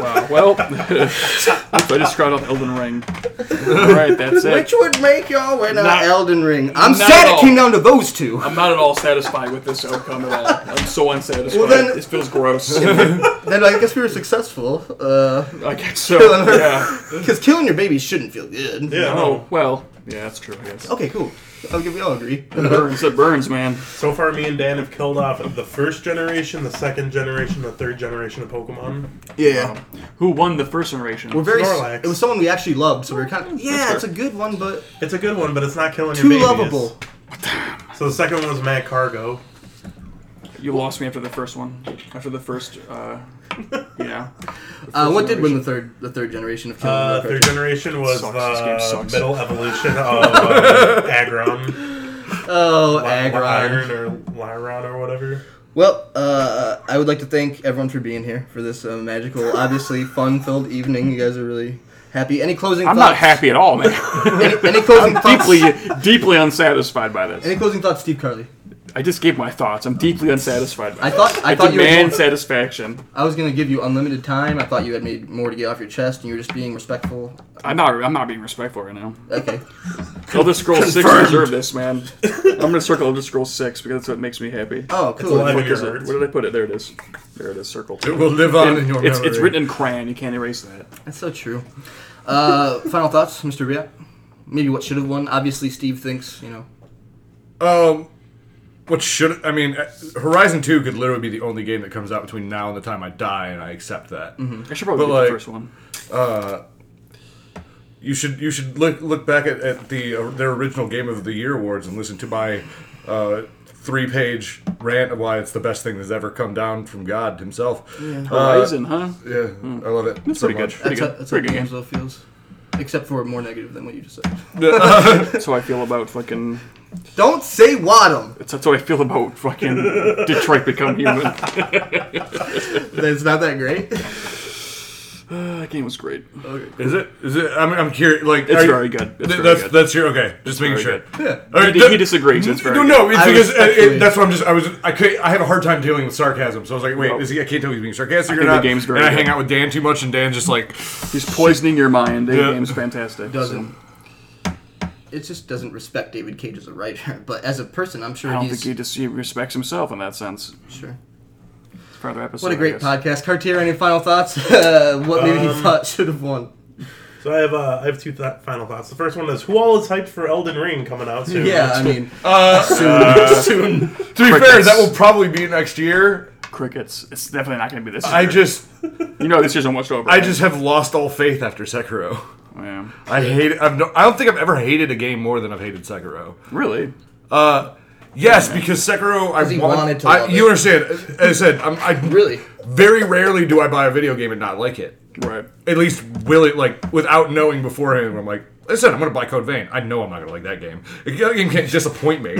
D: Wow. Well, I just scratched off Elden Ring. All right, that's it.
A: Which would make your winner
D: Not-
A: Elden Ring. I'm
D: not
A: sad
D: at
A: it
D: all.
A: came down to those two.
D: I'm not at all satisfied with this outcome at all. I'm so unsatisfied.
A: Well, then-
D: this feels gross.
A: then I guess we were successful. uh, Because
D: I guess so.
A: Killing her.
D: Yeah.
A: killing your baby shouldn't feel good.
B: yeah, no.
D: Oh well. Yeah, that's true. I guess.
A: Okay, cool. I'll give you all agree.
D: It burns. It burns, man.
B: So far, me and Dan have killed off the first generation, the second generation, the third generation of Pokemon.
A: yeah.
D: Who won the first generation?
A: Um, We're very.
B: Snorlax.
A: It was someone we actually loved, so we were kind of. Yeah, it's a good one, but
B: It's a good one, but it's not killing
A: too
B: your babies.
A: lovable.
B: So the second one was Mad Cargo.
D: you lost me after the first one. After the first, uh, yeah.
A: Uh, what did win the third the third generation of Killing
B: Uh,
A: the
B: third
A: Cartoon?
B: generation was
D: Sucks, this game
B: the
D: sucks.
B: middle evolution of uh, Aggron.
A: Oh,
B: Ly-
A: Agron.
B: Lyron or Lyron or whatever.
A: Well, uh, I would like to thank everyone for being here for this uh, magical, obviously fun-filled evening. You guys are really happy. Any closing?
D: I'm
A: thoughts?
D: not happy at all, man.
A: Any, any closing thoughts?
D: deeply, deeply unsatisfied by this.
A: Any closing thoughts, Steve Carley?
D: I just gave my thoughts. I'm deeply unsatisfied by
A: I
D: this.
A: thought I,
D: I,
A: thought you were
D: demand
A: more-
D: satisfaction.
A: I was gonna give you unlimited time. I thought you had made more to get off your chest, and you were just being respectful.
D: I'm not. I'm not being respectful right now.
A: Okay.
D: Elder Scrolls Six deserve this, man. I'm gonna circle Elder Scrolls Six because that's what makes me happy.
A: Oh, cool.
B: alive.
D: What
B: Your
D: is it?
B: hearts.
D: Where did I put it? There it is. There it is. Circle.
C: It will live on in your
D: It's, it's
C: memory.
D: written in crayon. You can't erase that.
A: That's so true. Uh, final thoughts, Mr. Ria? Maybe what should have won. Obviously, Steve thinks, you know.
C: Um, what should I mean? uh, Horizon Two could literally be the only game that comes out between now and the time I die, and I accept that.
D: I should probably
C: But,
D: get
C: like-
D: the first one.
C: You should you should look look back at, at the uh, their original Game of the Year awards and listen to my uh, three page rant of why it's the best thing that's ever come down from God Himself. Yeah,
A: uh,
D: Horizon, huh?
C: yeah, I love it.
D: That's
C: so
D: pretty good.
C: much.
D: Pretty
A: That's, how,
D: good.
A: that's how
D: Pretty good
A: Gamesville feels. Except for more negative than what you just said.
D: game. That's how I feel about fucking.
A: Don't say Wadham!
D: That's how I feel about fucking Detroit Become Human.
A: That's not that great.
D: That game was great.
C: Is it? Is it? I'm, I'm curious. Like,
D: It's
C: are you-
D: very good. It's
C: Th-
D: very
C: that's
D: good.
C: that's your okay. Just making sure.
D: very
C: Yeah. All right,
D: He-
C: th-
D: he disagrees, it's very
C: no, no. It's
A: I
C: because uh,
A: respectfully-
C: it- that's what I'm just. I was. I could. I have a hard time dealing with sarcasm. So I was like, wait,
D: No.
C: is he? I can't tell if he's being sarcastic or
D: think the
C: not.
D: game's very
C: and I
D: good.
C: hang out with Dan too much, and Dan's just like,
D: He's poisoning your mind. The
C: Yeah.
D: game's fantastic.
A: Doesn't. It just doesn't respect David Cage as a writer, but as a person, I'm sure
D: I don't
A: he's.
D: think he just he respects himself in that sense.
A: sure.
D: It's part of the episode.
A: What a
D: I
A: great
D: guess.
A: podcast. Cartier, any final thoughts? Uh, what maybe you thought should have won?
B: So I have uh, I have two th- final thoughts. The first one is who all is hyped for Elden Ring coming out soon?
A: Yeah, I mean,
C: uh,
A: soon. soon.
C: to be fair,
D: Crickets.
C: that will probably be next year.
D: Crickets. It's definitely not going to be this.
C: I
D: year.
C: just,
D: you know, this year's almost over.
C: I
D: right?
C: just have lost all faith after Sekiro.
D: Yeah.
C: I hate. it. I've no, I don't think I've ever hated a game more than I've hated Sekiro.
D: really.
C: Uh, yes, because Sekiro, I
A: he
C: want-
A: wanted to
C: I-
A: love
C: you
A: it.
C: understand? As I said, I'm, I
A: Really?
C: very rarely do I buy a video game and not like it.
D: Right.
C: at least will it like without knowing beforehand. I'm like, listen, I'm gonna buy Code Vein. I know I'm not gonna like that game. That game can't disappoint me.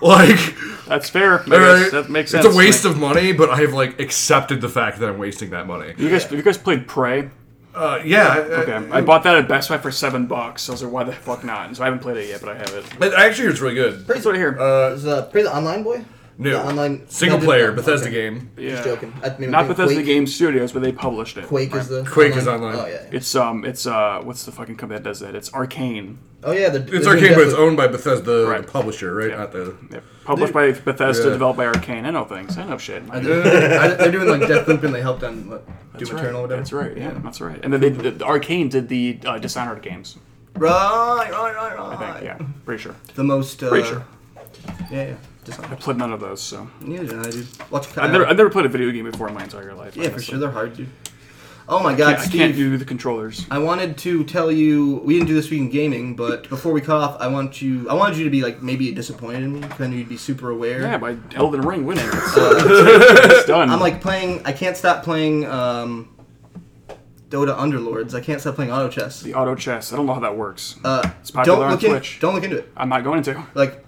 C: like,
D: That's fair. I guess
C: alright,
D: That makes
C: It's
D: sense.
C: a waste of money, but I have like accepted the fact that I'm wasting that money.
D: You guys, have you guys played Prey?
C: Uh, yeah.
D: Okay,
C: Okay.
D: I bought that at Best Buy for seven bucks. I was like, why the fuck not? And so I haven't played it yet, but I have it.
C: I, actually, it's really good.
D: That's what I hear.
A: Is uh, Prey uh, the Online Boy?
C: No.
A: The online-
C: Single
A: no,
C: player,
A: no,
C: Bethesda
A: okay.
C: game.
D: Yeah.
A: Just joking. I mean,
D: Not Bethesda
A: Quake,
D: Game Studios, but they published it.
A: Quake is the
C: Quake is online.
A: Oh yeah. yeah.
D: It's um, it's uh, what's the fucking company that does that? It's Arcane.
A: Oh yeah. The,
C: It's arcade, but it's owned by Bethesda,
D: Right.
C: the publisher, right?
D: Yeah.
C: Not the.
D: Yeah, Published by Bethesda,
C: Yeah.
D: developed by Arcane. I know things. I know shit.
A: they're doing like Deathloop and they helped them what, do
D: That's right.
A: Eternal. or whatever.
D: That's right. Yeah, that's right. And then they, the Arcane did the uh, Dishonored games.
A: Right, right, right, right.
D: I think. Yeah, pretty sure.
A: The most. Uh,
D: Pretty sure.
A: Yeah, yeah. Dishonored.
D: Played none of those, so
A: Neither did I, dude. Watch Kyle.
D: I've never I've never played a video game before in my entire life.
A: yeah, for
D: honestly.
A: sure. They're hard, dude. Oh my
D: I
A: god,
D: can't, I
A: Steve.
D: can't do the controllers.
A: I wanted to tell you we didn't do this week in gaming, but before we cut off, I want you. I wanted you to be like maybe disappointed in me because I knew you'd be super aware.
D: Yeah, by Elden Ring winning. It's, it's done.
A: I'm like playing. I can't stop playing um, Dota Underlords. I can't stop playing Auto Chess.
D: the auto chess. I don't know how that works.
A: Uh,
D: it's popular
A: don't
D: on
A: look in,
D: Twitch.
A: Don't look into it.
D: I'm not going to
A: Like,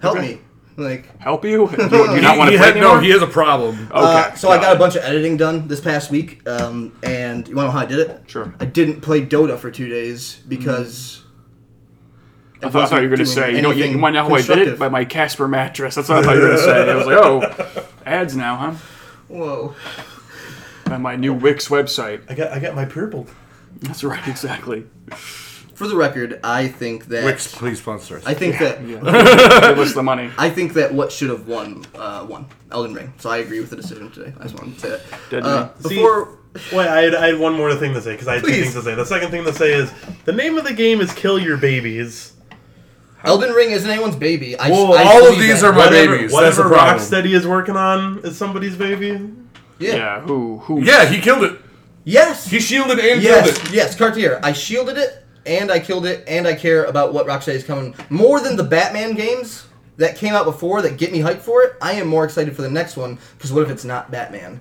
A: help
D: Okay.
A: me. Like,
D: help you. Do you, do you not want
C: He
D: to play
C: had,
D: anymore? Oh,
C: no, he has a problem.
A: uh,
D: Okay,
A: so I got
D: got
A: a bunch of editing done this past week, um, and you want to know how I did it?
D: Sure.
A: I didn't play Dota for two days because.
D: I thought, I thought you were going to say, you know, you, you want to know how I did it? By my Casper mattress. That's what I thought you were going to say. I was like, oh, ads now, huh? Mm.
A: Whoa.
D: By my new Wix website.
B: I got I got my purple.
D: That's right, exactly.
A: For the record, I think that
C: Wix, please sponsor us.
A: I think that
D: Give us the money.
A: I think that what should have won uh, won Elden Ring. So I agree with the decision today. I just wanted to say that.
D: Dead
A: Uh,
D: man.
B: See-
A: before
B: Wait, I had, I had one more thing to say because I had two
A: Please.
B: things to say. The second thing to say is the name of the game is Kill Your Babies.
A: Elden Ring isn't anyone's baby. I,
B: Whoa,
A: I
B: all
C: All of
A: believe
C: these
A: that.
C: are my
B: whatever
C: babies. That's
B: whatever
C: the problem.
B: Rocksteady is working on is somebody's baby.
A: yeah.
D: Yeah, who? who?
C: Yeah, he killed it.
A: Yes.
C: He shielded and killed it.
A: yes. Yes. Cartier. I shielded it and I killed it and I care about what Rocksteady is coming more than the Batman games that came out before that get me hyped for it. I am more excited for the next one because what if it's not Batman?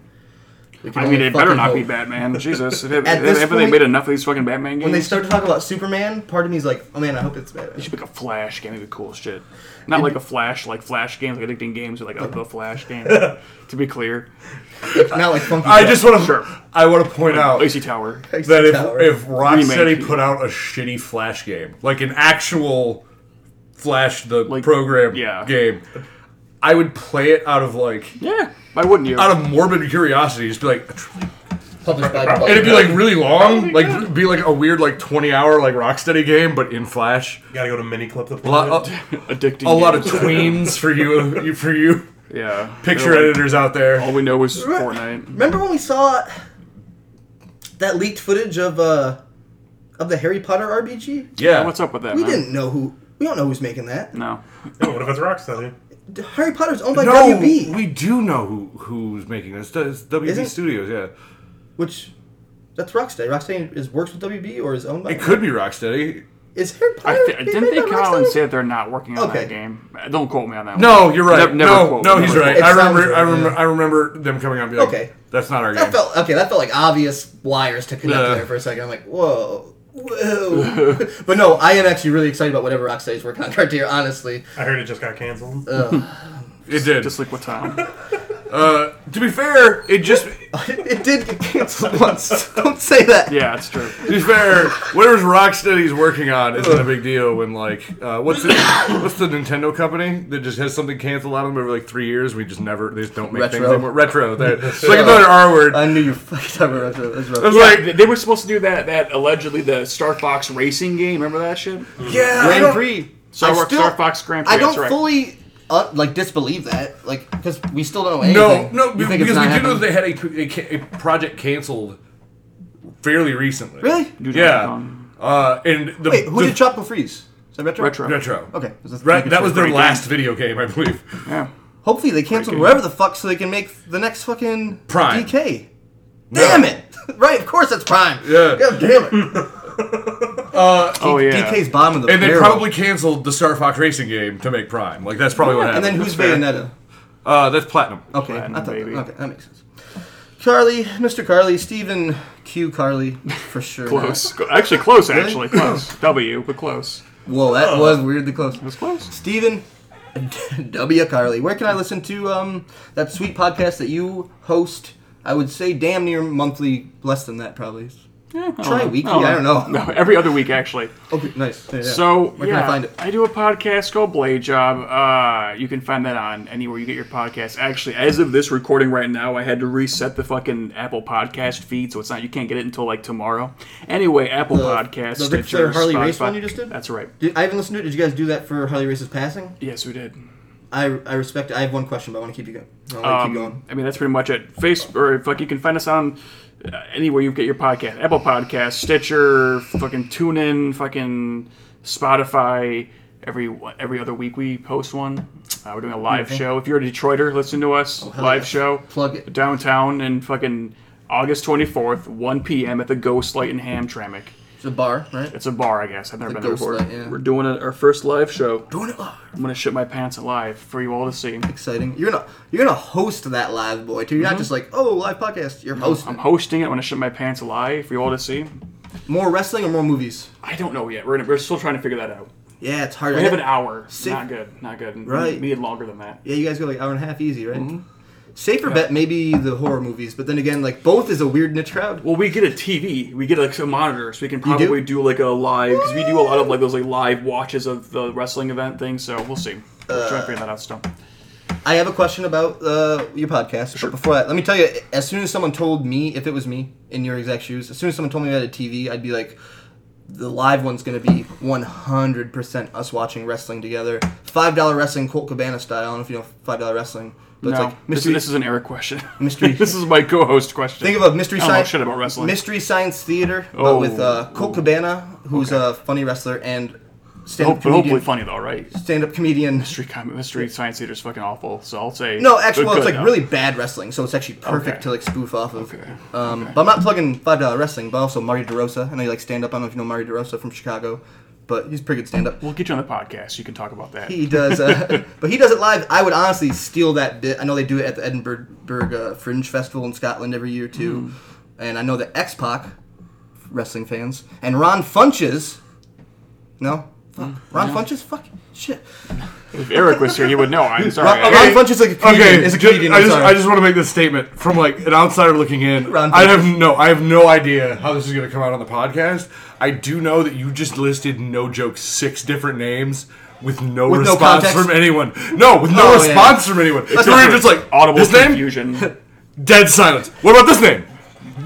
A: We can
D: I
A: only
D: mean, it better
A: fucking
D: not be
A: hope.
D: Batman. Jesus, have,
A: At this
D: have they
A: point-
D: made enough of these fucking Batman games?
A: When they start to talk about Superman, part of me is like, oh man, I hope it's Batman.
D: should pick a Flash game. It'd be cool as shit. Not like a Flash, like Flash games, like addicting games, or like a, the Flash game. to be clear,
A: not like funky.
C: I
A: Jack.
C: just want to.
D: Sure.
C: I want to point out
D: Icy Tower.
C: that if,
A: Tower.
C: if Rocksteady
D: Remake.
C: put out a shitty Flash game, like an actual Flash the
D: Like,
C: program
D: yeah.
C: game, I would play it out of like
D: Yeah, why wouldn't you?
C: out of morbid curiosity. Just be like,
A: Oh, published by
C: and it'd be like really
A: Oh,
C: long, like be like a weird like twenty hour like Rocksteady game, but in Flash.
B: Gotta go to miniclip to play
C: A lot,
B: it.
C: a,
D: addicting.
C: a lot of tweens
D: games.
C: for you, you for you
D: yeah.
C: picture
D: They're like,
C: editors out there.
D: All we know is Fortnite.
A: Remember when we saw that leaked footage of uh of the Harry Potter RBG?
C: Yeah,
D: What's up with that?
A: We
D: man?
A: didn't know who. We don't know who's making that.
D: No.
C: oh.
B: Yeah, what if it's Rocksteady?
A: D- Harry Potter's owned by
C: No,
A: WB,
C: we do know who who's making this. It's WB
A: Is it?
C: Studios. Yeah,
A: which that's Rocksteady. Rocksteady is works with WB or is owned by.
C: it could be Rocksteady.
A: Is Harry
D: I
A: Potter?
D: th-
A: being
D: didn't
A: made
D: they
A: by
D: come out and
A: Rocksteady?
D: say that they're not working on
A: Okay.
D: that game? Uh, Don't quote me on that.
C: No, you're right.
D: Never- never
C: no,
D: quote.
C: no, he's
D: Never
C: right.
A: quote.
C: I
A: It sounds
C: remember. I
A: right,
C: remember.
A: yeah.
C: I remember them coming out. and be like,
A: Okay.
C: that's not our
A: That
C: game.
A: felt okay. That felt like obvious wires to connect
C: Yeah.
A: there for a second. I'm like, whoa. Whoa. but no, I am actually really excited about whatever Rocksteady's working on Cartier, honestly.
B: I heard it just got canceled.
A: Uh.
C: it did.
D: Just like what time?
C: uh, to be fair, it just.
A: it did get canceled once. Don't say that.
D: yeah, it's true.
C: To be fair, whatever's Rocksteady's working on isn't a big deal. When like, uh, what's the, what's the Nintendo company that just has something canceled on them over like three years? We just never. They just don't make things
A: Retro. Uh,
C: anymore. Retro. There. It's like another R word. I
A: I knew you were fucking talking about that. That's rough.
C: was
D: Yeah,
C: like,
D: they- they were supposed to do that. That allegedly the Star Fox racing game. Remember that shit?
C: yeah, I
A: Grand
C: don't-
A: Prix.
D: Star,
A: I
D: Fox-
A: still-
D: Star Fox Grand Prix.
A: I don't
D: that's right.
A: fully uh, like disbelieve that, like because we still don't know
C: No,
A: anything.
C: no,
A: You
C: because
A: think
C: we
A: it's
C: do
A: not
C: know
A: happening?
C: they had a, a, ca- a project canceled fairly recently.
A: Really?
D: Dude,
C: Yeah.
D: um,
C: Uh, and the,
A: Wait, who
C: the
A: did Chop and Freeze? Is that retro?
D: Retro.
C: retro?
A: Okay, is that-
C: Re- that was their
D: Great
C: last video game, I believe.
D: Yeah.
A: Hopefully they cancel
D: Freaking-
A: wherever the fuck so they can make the next fucking
C: Prime.
A: DK. Damn it! right, of course it's Prime.
C: Yeah.
A: God damn it.
D: Oh yeah.
A: DK's bottom of the
C: And they
A: barrel.
C: probably canceled the Star Fox racing game to make Prime. Like that's probably what
A: And
C: happened.
A: then who's
D: fair.
A: Bayonetta?
C: Uh, that's Platinum.
A: Okay,
D: Platinum,
A: I thought
D: baby.
A: okay, that makes sense. Carly, Mr. Carly, Stephen Q. Carly, for sure. not.
D: Close. Go- Actually, close. Actually, close. W, but close.
A: Whoa,
C: Uh.
A: that was weirdly close.
D: It's close.
A: Steven W. Carly, where can I listen to um, that sweet podcast that you host? I would say damn near monthly, less than that probably. Try weekly. I don't know.
D: No, every other week actually.
A: Okay, nice. Yeah, yeah.
D: So
A: Where
D: yeah,
A: can I find it?
D: I do a podcast called Blade Job. Uh, you can find that on anywhere you get your podcast. Actually, as of this recording right now, I had to reset the fucking Apple Podcast feed, so it's not you can't get it until like tomorrow. Anyway, Apple
A: The-
D: Podcast,
A: the Ric Flair
D: Stitcher,
A: Harley
D: Spotify.
A: Race one you just did?
D: That's right.
A: Did, I haven't listened to it. Did you guys do that for Harley Race's passing?
D: Yes, we did.
A: I I respect. it. I have one question, but I want to keep you going. I want to keep going.
D: Um, I mean, that's pretty much it. Face or like you can find us on uh, anywhere you get your podcast: Apple Podcast, Stitcher, fucking TuneIn, fucking Spotify. Every every other week we post one. Uh, we're doing a live show. If you're a Detroiter, listen to us
A: Oh, hell
D: live
A: yeah.
D: show.
A: Plug it.
D: downtown and fucking August 24th, 1 p.m. at the Ghost Light in Hamtramck.
A: It's a bar, right?
D: It's a bar, I guess. I've never
A: The
D: been there
A: Ghost
D: before.
A: Light, yeah.
D: We're doing a, our first live show.
A: Doing it live.
D: I'm gonna shit my pants live for you all to see.
A: Exciting. You're gonna you're gonna host that live boy too. You're not just like oh live podcast. You're hosting.
D: Mm-hmm. I'm hosting it. I'm gonna shit my pants live for you all to see.
A: More wrestling or more movies?
D: I don't know yet. We're, we're still trying to figure that out.
A: Yeah, it's hard.
D: We have an hour.
A: See-
D: not good. Not good.
A: Right.
D: We need longer than that.
A: Yeah, you guys go like hour and a half easy, right?
D: Mm-hmm.
A: Safer bet maybe the horror movies, but then again, like both is a weird niche crowd.
D: Well, we get a TV. We get like a monitor, so we can
A: do?
D: probably do? like a live because we do a lot of like those like live watches of the wrestling event thing. So we'll see. We'll try
A: Uh,
D: to figure that out still.
A: I have a question about uh, your podcast. But before that, let me tell you, as soon as someone told me, if it was me in your exact shoes, as soon as someone told me I had a TV, I'd be like, the live one's going to be 100% us watching wrestling together. $5 wrestling, Colt Cabana style. I don't know if you know $5 wrestling. But
D: no,
A: it's like
D: this,
A: mystery,
D: this is an Eric question.
A: Mystery-
D: this is my co-host question.
A: Think of a mystery
D: I don't know
A: science
D: shit about wrestling.
A: Mystery science theater, but
D: Oh.
A: with uh, Colt Cabana, who's a funny wrestler and stand-up
D: Hope- but
A: comedian.
D: hopefully funny though, right?
A: Stand-up comedian.
D: Mystery, com- mystery science theater is fucking awful. So I'll say
A: No, actually, well,
D: but
A: it's
D: good,
A: like
D: though.
A: really bad wrestling, so it's actually perfect
D: Okay.
A: to like spoof off of.
D: Okay.
A: Um, But I'm not plugging five dollar wrestling, but also Marty DeRosa. I know you like stand up. I don't know if you know Marty DeRosa from Chicago, but he's pretty good stand up.
D: We'll get you on the podcast. You can talk about that.
A: He does, uh, but he does it live. I would honestly steal that bit. I know they do it at the Edinburgh Berg, uh, Fringe Festival in Scotland every year too, and I know the X Pac wrestling fans and Ron Funches. No, fuck. Ron Funches, fuck shit.
D: If Eric was here, he would know. I'm sorry.
A: Ron, Ron Funches is like a comedian.
C: Okay,
A: is a
C: ju-
A: comedian.
C: I
A: I'm
C: just,
A: sorry.
C: I just want to make this statement from like an outsider looking in.
A: Ron
C: I have no, I have no idea how this is going to come out on the podcast. I do know that you just listed no joke six different names with no
A: With no
C: response
A: context?
C: from anyone. No, with no
A: Oh, yeah.
C: response from anyone. So we
A: not
C: were just like
D: audible
C: His name,
D: confusion.
C: dead silence. What about this name?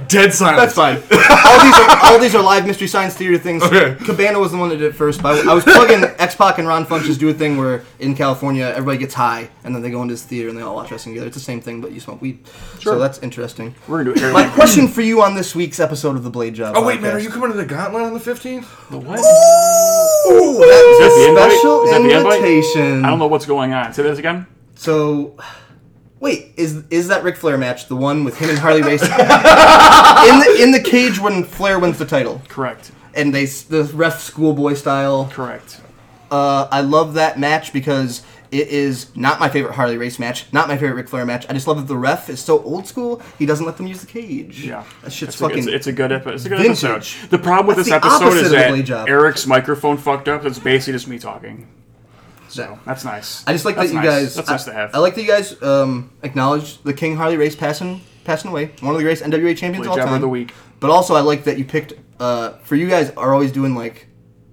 C: Dead
A: That's
C: silence.
A: fine. all these are all these are live mystery science theater things.
C: Okay.
A: Cabana was the one that did it first. But I, I was plugging X Pac and Ron Funches do a thing where in California everybody gets high and then they go into this theater and they all watch wrestling together. It's the same thing, but you smoke weed. So that's interesting.
D: We're gonna do Eric.
A: My question for you on this week's episode of the Blade Job.
C: Oh wait, man, are
A: podcast.
C: you coming to the Gauntlet on the fifteenth?
D: The what?
A: Ooh, that's
D: that the invite?
A: special
D: Is that the invite?
A: invitation.
D: I don't know what's going on. Say this again.
A: So, wait, is is that Ric Flair match the one with him and Harley Race in the in the cage when Flair wins the title?
D: Correct.
A: and they the ref schoolboy style.
D: Correct.
A: Uh, I love that match because it is not my favorite Harley race match, not my favorite Ric Flair match. I just love that the ref is so old school. He doesn't let them use the cage.
D: Yeah.
A: that shit's
D: It's a-
A: fucking.
D: it's, it's a good episode. It's a good
A: vintage.
D: episode. The problem with
A: That's
D: this
A: the
D: episode
A: opposite
D: is
A: of a blade
D: that
A: job.
D: Eric's microphone fucked up. It's basically just me talking. So
A: That-
D: that's nice.
A: I just like
D: That's
A: that you
D: nice.
A: guys.
D: That's
A: I,
D: nice to have.
A: I like that you guys um, acknowledge the King Harley race passing passing away. One of the greatest NWA champions
D: Blade
A: of all
D: Jobber
A: time.
D: of the week.
A: But also, I like that you picked. Uh, for you guys are always doing like,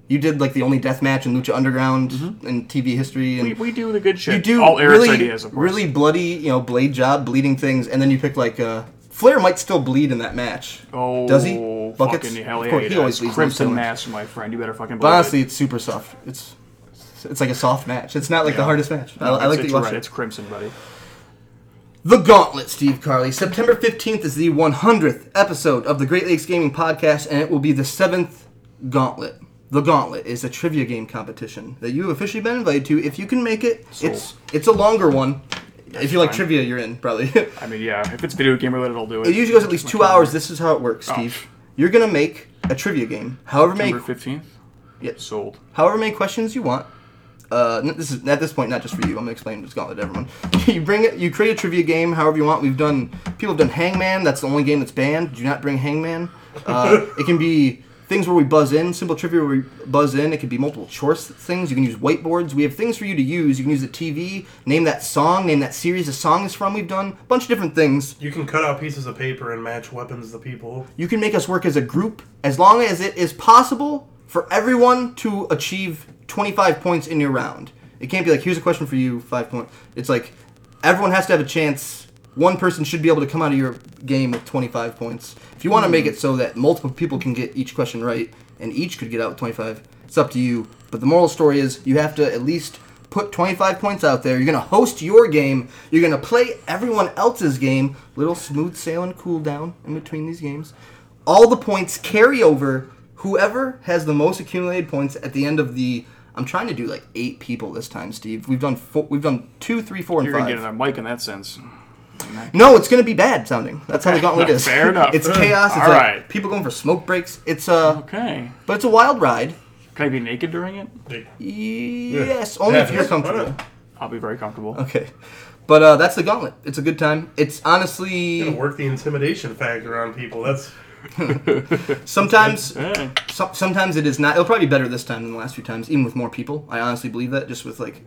A: you did like the only death match in Lucha Underground in TV history. And
D: Mm-hmm. we, we do the good shit.
A: you do
D: all Eric's
A: really,
D: ideas, of course.
A: really bloody, you know, blade job, bleeding things, and then you pick like uh, Flair might still bleed in that match.
D: Oh,
A: does he? Buckets.
D: Fucking hell
A: Of
D: yeah,
A: course,
D: he,
A: he
D: does.
A: always bleeds.
D: Crimson
A: Crimson match.
D: Mass, my friend. You better fucking.
A: But
D: believe it.
A: honestly, it's super soft. It's it's like a soft match. It's not like the
D: Yeah.
A: hardest match. I,
D: No,
A: I
D: it's-
A: like that
D: it's
A: you watch
D: right.
A: it.
D: It's Crimson, buddy.
A: The Gauntlet, Steve Carley. September 15th is the 100th episode of the Great Lakes Gaming Podcast, and it will be the seventh Gauntlet. The Gauntlet is a trivia game competition that you have officially been invited to. If you can make it, it's it's a longer one. if you like
D: fine.
A: trivia, you're in probably.
D: I mean, yeah. If it's video game related, I'll do it.
A: It usually goes at least two hours. This is how it works, Steve. You're gonna make a trivia game. However many,
D: Number fifteenth.
A: Yep.
D: Sold.
A: however many questions you want. Uh, n- this is at this point not just for you. I'm gonna explain this gauntlet to everyone. you bring it. You create a trivia game however you want. We've done people have done Hangman. That's the only game that's banned. Do not bring Hangman. Uh, it can be things where we buzz in, simple trivia where we buzz in. It could be multiple choice things. You can use whiteboards. We have things for you to use. You can use the TV, name that song, name that series the song is from. We've done a bunch of different things.
B: You can cut out pieces of paper and match weapons to people.
A: You can make us work as a group as long as it is possible for everyone to achieve 25 points in your round. It can't be like, here's a question for you, five point. It's like, everyone has to have a chance. One person should be able to come out of your game with 25 points. If you want to make it so that multiple people can get each question right and each could get out with 25, it's up to you. But the moral story is you have to at least put 25 points out there. You're going to host your game. You're going to play everyone else's game. Little smooth sailing cool down in between these games. All the points carry over. Whoever has the most accumulated points at the end of the I'm trying to do like eight people this time, Steve. We've done four, we've done two, three, four, and
D: You're
A: five.
D: gonna get another mic in that sense.
A: No, it's gonna be bad sounding. That's how the gauntlet is.
D: Fair enough.
A: It's chaos. It's
D: All
A: like
D: right.
A: people going for smoke breaks. It's uh,
D: Okay.
A: but it's a wild ride.
D: Can I be naked during it?
A: Yes, only if
C: Yeah,
A: you're
C: why not?
A: comfortable.
D: I'll be very comfortable.
A: Okay, but uh, that's the gauntlet. It's a good time. It's honestly
B: Work the intimidation factor on people. That's
A: sometimes
D: Yeah.
A: so, sometimes it is not. It'll probably be better this time than the last few times, even with more people. I honestly believe that, just with like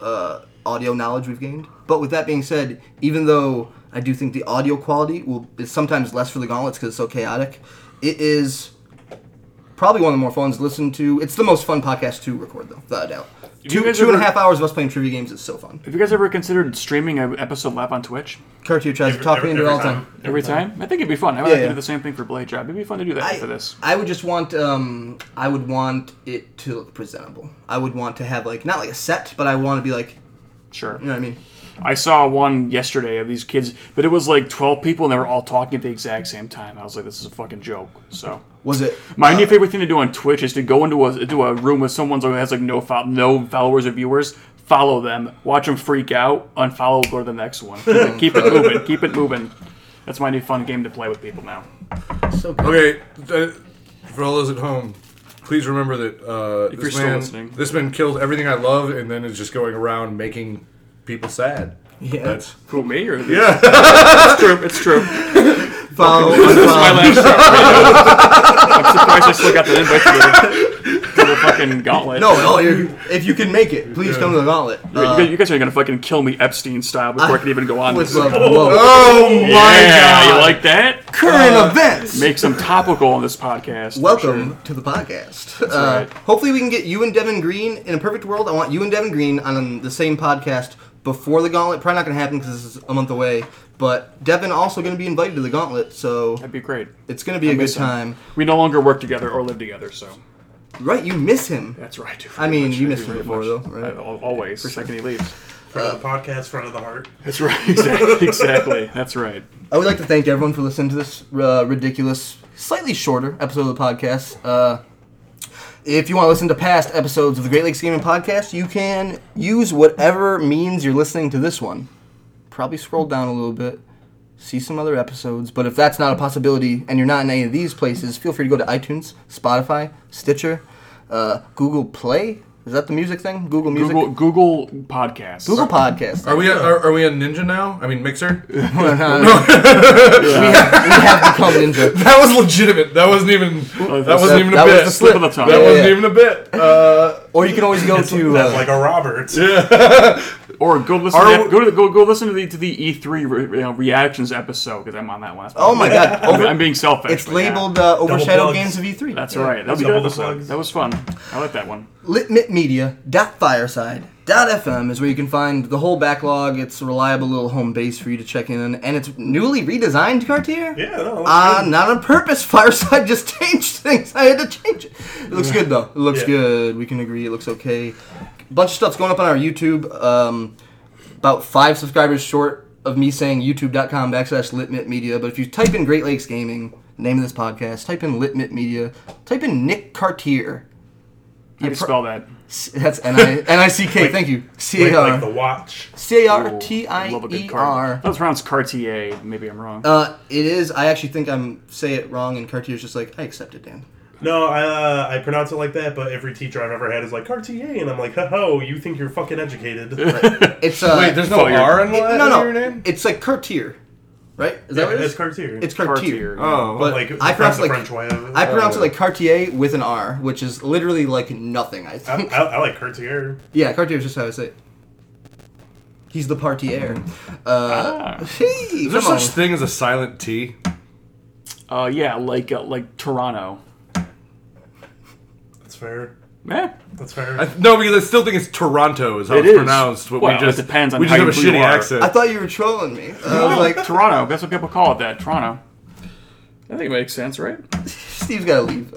A: uh, audio knowledge we've gained. But with that being said, even though I do think the audio quality will is sometimes less for the gauntlets because it's so chaotic, it is probably one of the more fun to listen to. It's the most fun podcast to record, though, without a doubt.
D: you
A: Two
D: guys
A: two and a half
D: ever-
A: hours of us playing trivia games is so fun.
D: Have you guys ever considered streaming an episode live on Twitch
A: Curtier tries to talk me into it all the time.
D: every time? I think it'd be fun. I would
A: Yeah,
D: like
A: yeah.
D: to do the same thing for Blade Job. It'd be fun to do that for this.
A: I would just want um I would want it to look presentable. I would want to have like not like a set, but I want to be like
D: Sure.
A: you know what I mean.
D: I saw one yesterday of these kids, but it was like 12 people and they were all talking at the exact same time. I was like, this is a fucking joke. So.
A: Was it
D: My new favorite thing to do on Twitch is to go into a into a room with someone who has like no fo- no followers or viewers. Follow them, watch them freak out, unfollow, go to the next one. Keep it, keep it moving, keep it moving. That's my new fun game to play with people now.
A: so good?
C: Okay, uh, for all those at home, please remember that uh,
D: you're
C: this,
D: still
C: man,
D: listening.
C: this man killed everything I love and then is just going around making people sad.
A: Yeah.
C: That's,
D: Who me or yeah? it's true. It's true. This is
A: Follow,
D: my
A: unfollow.
D: last show. I'm surprised I still got the invite to the, to the fucking gauntlet.
A: No, no. You're, if you can make it, please come to the gauntlet.
D: You
A: Uh,
D: guys- you guys are gonna fucking kill me Epstein style before I, can even go on.
A: with
D: this.
A: love. Whoa.
C: oh my
D: yeah,
C: god!
D: you like that?
A: Current events.
D: Make some topical on this podcast. for sure.
A: Uh, Welcome to the podcast. Uh,
D: right.
A: Hopefully, we can get you and Devin Green in a perfect world. I want you and Devin Green on um, the same podcast before the gauntlet. Probably not going to happen because this is a month away. But Devin also going to be invited to the gauntlet, so
D: That'd be great.
A: it's going to be a good
D: miss him.
A: time.
D: We no longer work together or live together, so
A: Right? You miss him.
D: that's right.
A: I mean, you
D: I
A: missed
D: do
A: him
D: very
A: before,
D: much.
A: though, right?
D: I- al- always. The second he leaves.
B: front
A: Uh.
B: of the podcast, front of the heart.
D: That's right. Exactly. exactly. That's right.
A: I would like to thank everyone for listening to this uh, ridiculous, slightly shorter episode of the podcast. Uh, if you want to listen to past episodes of the Great Lakes Gaming Podcast, you can use whatever means you're listening to this one. Probably scroll down a little bit, see some other episodes. But if that's not a possibility and you're not in any of these places, feel free to go to iTunes, Spotify, Stitcher, uh, Google Play. Is that the music thing? Google Music?
D: Google Google podcasts.
A: Google Podcast.
C: Are we are, are we on Ninja now? I mean Mixer.
A: we have become ninja.
C: That was legitimate. That wasn't even
D: Oh,
C: that wasn't even a
A: that was
C: bit.
A: the
D: slip of the tongue.
C: That
D: Yeah,
C: wasn't
A: yeah.
C: even a bit. Uh,
A: Or you can always go to.
B: That's
A: uh,
B: like a Roberts.
D: Or go listen.
C: Are
D: To,
C: we-
D: go to the, go go listen to the to the E3 re, you know, reactions episode because I'm on that one.
A: Oh my god.
D: I'm,
A: Over-
D: I'm being selfish.
A: it's
D: but yeah.
A: labeled uh, Overshadowed Games
B: plugs.
A: of E3.
D: That's right. That was a
B: Double
D: good
B: the
D: episode.
B: plugs.
D: That was fun. I like that one.
A: litmitmedia.fireside.fm is where you can find the whole backlog. It's a reliable little home base for you to check in, and it's newly redesigned Cartier.
B: Yeah, no, that's
A: Uh,
B: good.
A: not on purpose. Fireside just changed things. I had to change it. It looks good though. It looks
B: Yeah.
A: good. We can agree. It looks okay. Bunch of stuff's going up on our YouTube. Um, about five subscribers short of me saying youtube.com backslash litmit media. But if you type in Great Lakes Gaming, name of this podcast, type in litmit media, type in Nick Cartier.
D: How do you
A: pro-
D: spell that?
A: S- That's N I N I C K. Thank you. C
B: Like,
A: A
B: like the
A: R
B: watch.
A: C A
D: Ooh,
A: R T I
D: love a good
A: E
D: card.
A: R.
D: That was pronounced Cartier. Maybe I'm wrong.
A: Uh, it is. I actually think I'm say it wrong, and Cartier's just like I accept it, Dan.
B: No, I uh, I pronounce it like that, but every teacher I've ever had is like Cartier, and I'm like, ho ho, you think you're fucking educated?
A: It's uh,
C: wait, there's no
D: Fuck your-
C: R in
A: it-
C: the-
A: no
C: in
A: no.
C: your name.
A: It's like Cartier. right? Is
B: Yeah,
A: that what it
B: it's
A: is?
B: Cartier.
A: It's
D: Cartier.
A: Cartier.
C: Oh,
A: But
B: like,
A: I pronounce
B: pronounce the
A: it like
B: French way Um, of it.
A: I pronounce
C: Uh,
A: it like Cartier with an R, which is literally like nothing. I
B: I,
A: think.
B: I, I like Cartier.
A: yeah, Cartier is just how I say. it. He's the Partier. Uh, hey,
C: is there
A: come
C: Ah. such
A: on.
C: thing as a silent T?
A: Oh.
D: Uh, yeah, like uh, like Toronto.
B: That's fair.
D: Yeah.
B: That's fair.
C: I, no, because I still think it's Toronto is how
D: It
C: it's
D: is.
C: pronounced. But
D: Well,
C: we
D: it
C: just
D: depends on
C: we just
D: how
C: have a
D: you
C: shitty
D: are.
C: accent.
A: I thought you were trolling me. I was like,
D: Toronto. That's what people call it. That Toronto. I think it makes sense, right?
A: Steve's gotta leave.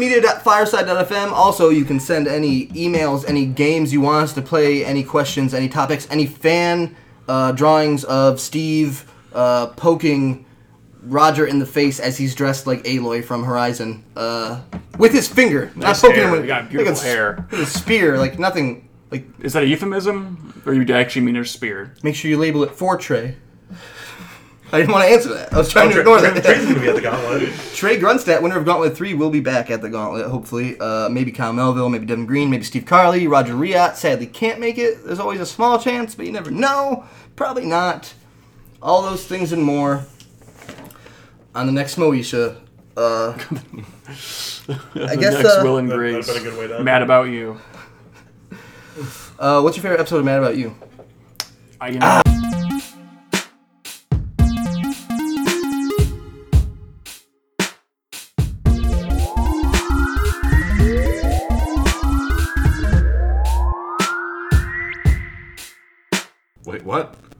A: LitmanMedia.fireside.fm. Also, you can send any emails, any games you want us to play, any questions, any topics, any fan uh, drawings of Steve uh, poking Roger in the face as he's dressed like Aloy from Horizon uh, with his finger,
D: Nice
A: not poking
D: hair.
A: him with
D: You got
A: like
D: beautiful
A: a s-
D: hair.
A: with a spear, like nothing. Like
D: Is that a euphemism, or you actually mean a spear?
A: make sure you label it Fortray. I didn't want to answer that. I was trying to ignore that.
B: Trey's gonna be at the gauntlet.
A: Trey Grunstadt, winner of Gauntlet 3, will be back at the Gauntlet, hopefully. Uh, maybe Kyle Melville, maybe Devin Green, maybe Steve Carley, Roger Riot. Sadly, can't make it. There's always a small chance, but you never know. Probably not. All those things and more on the next Moesha. Uh, I guess.
D: the next
A: Uh,
D: Will and
B: That-
D: Griggs.
B: that'd been a good way to end
D: Mad
B: it.
D: about you.
A: uh, what's your favorite episode of Mad About You?
D: I, you know,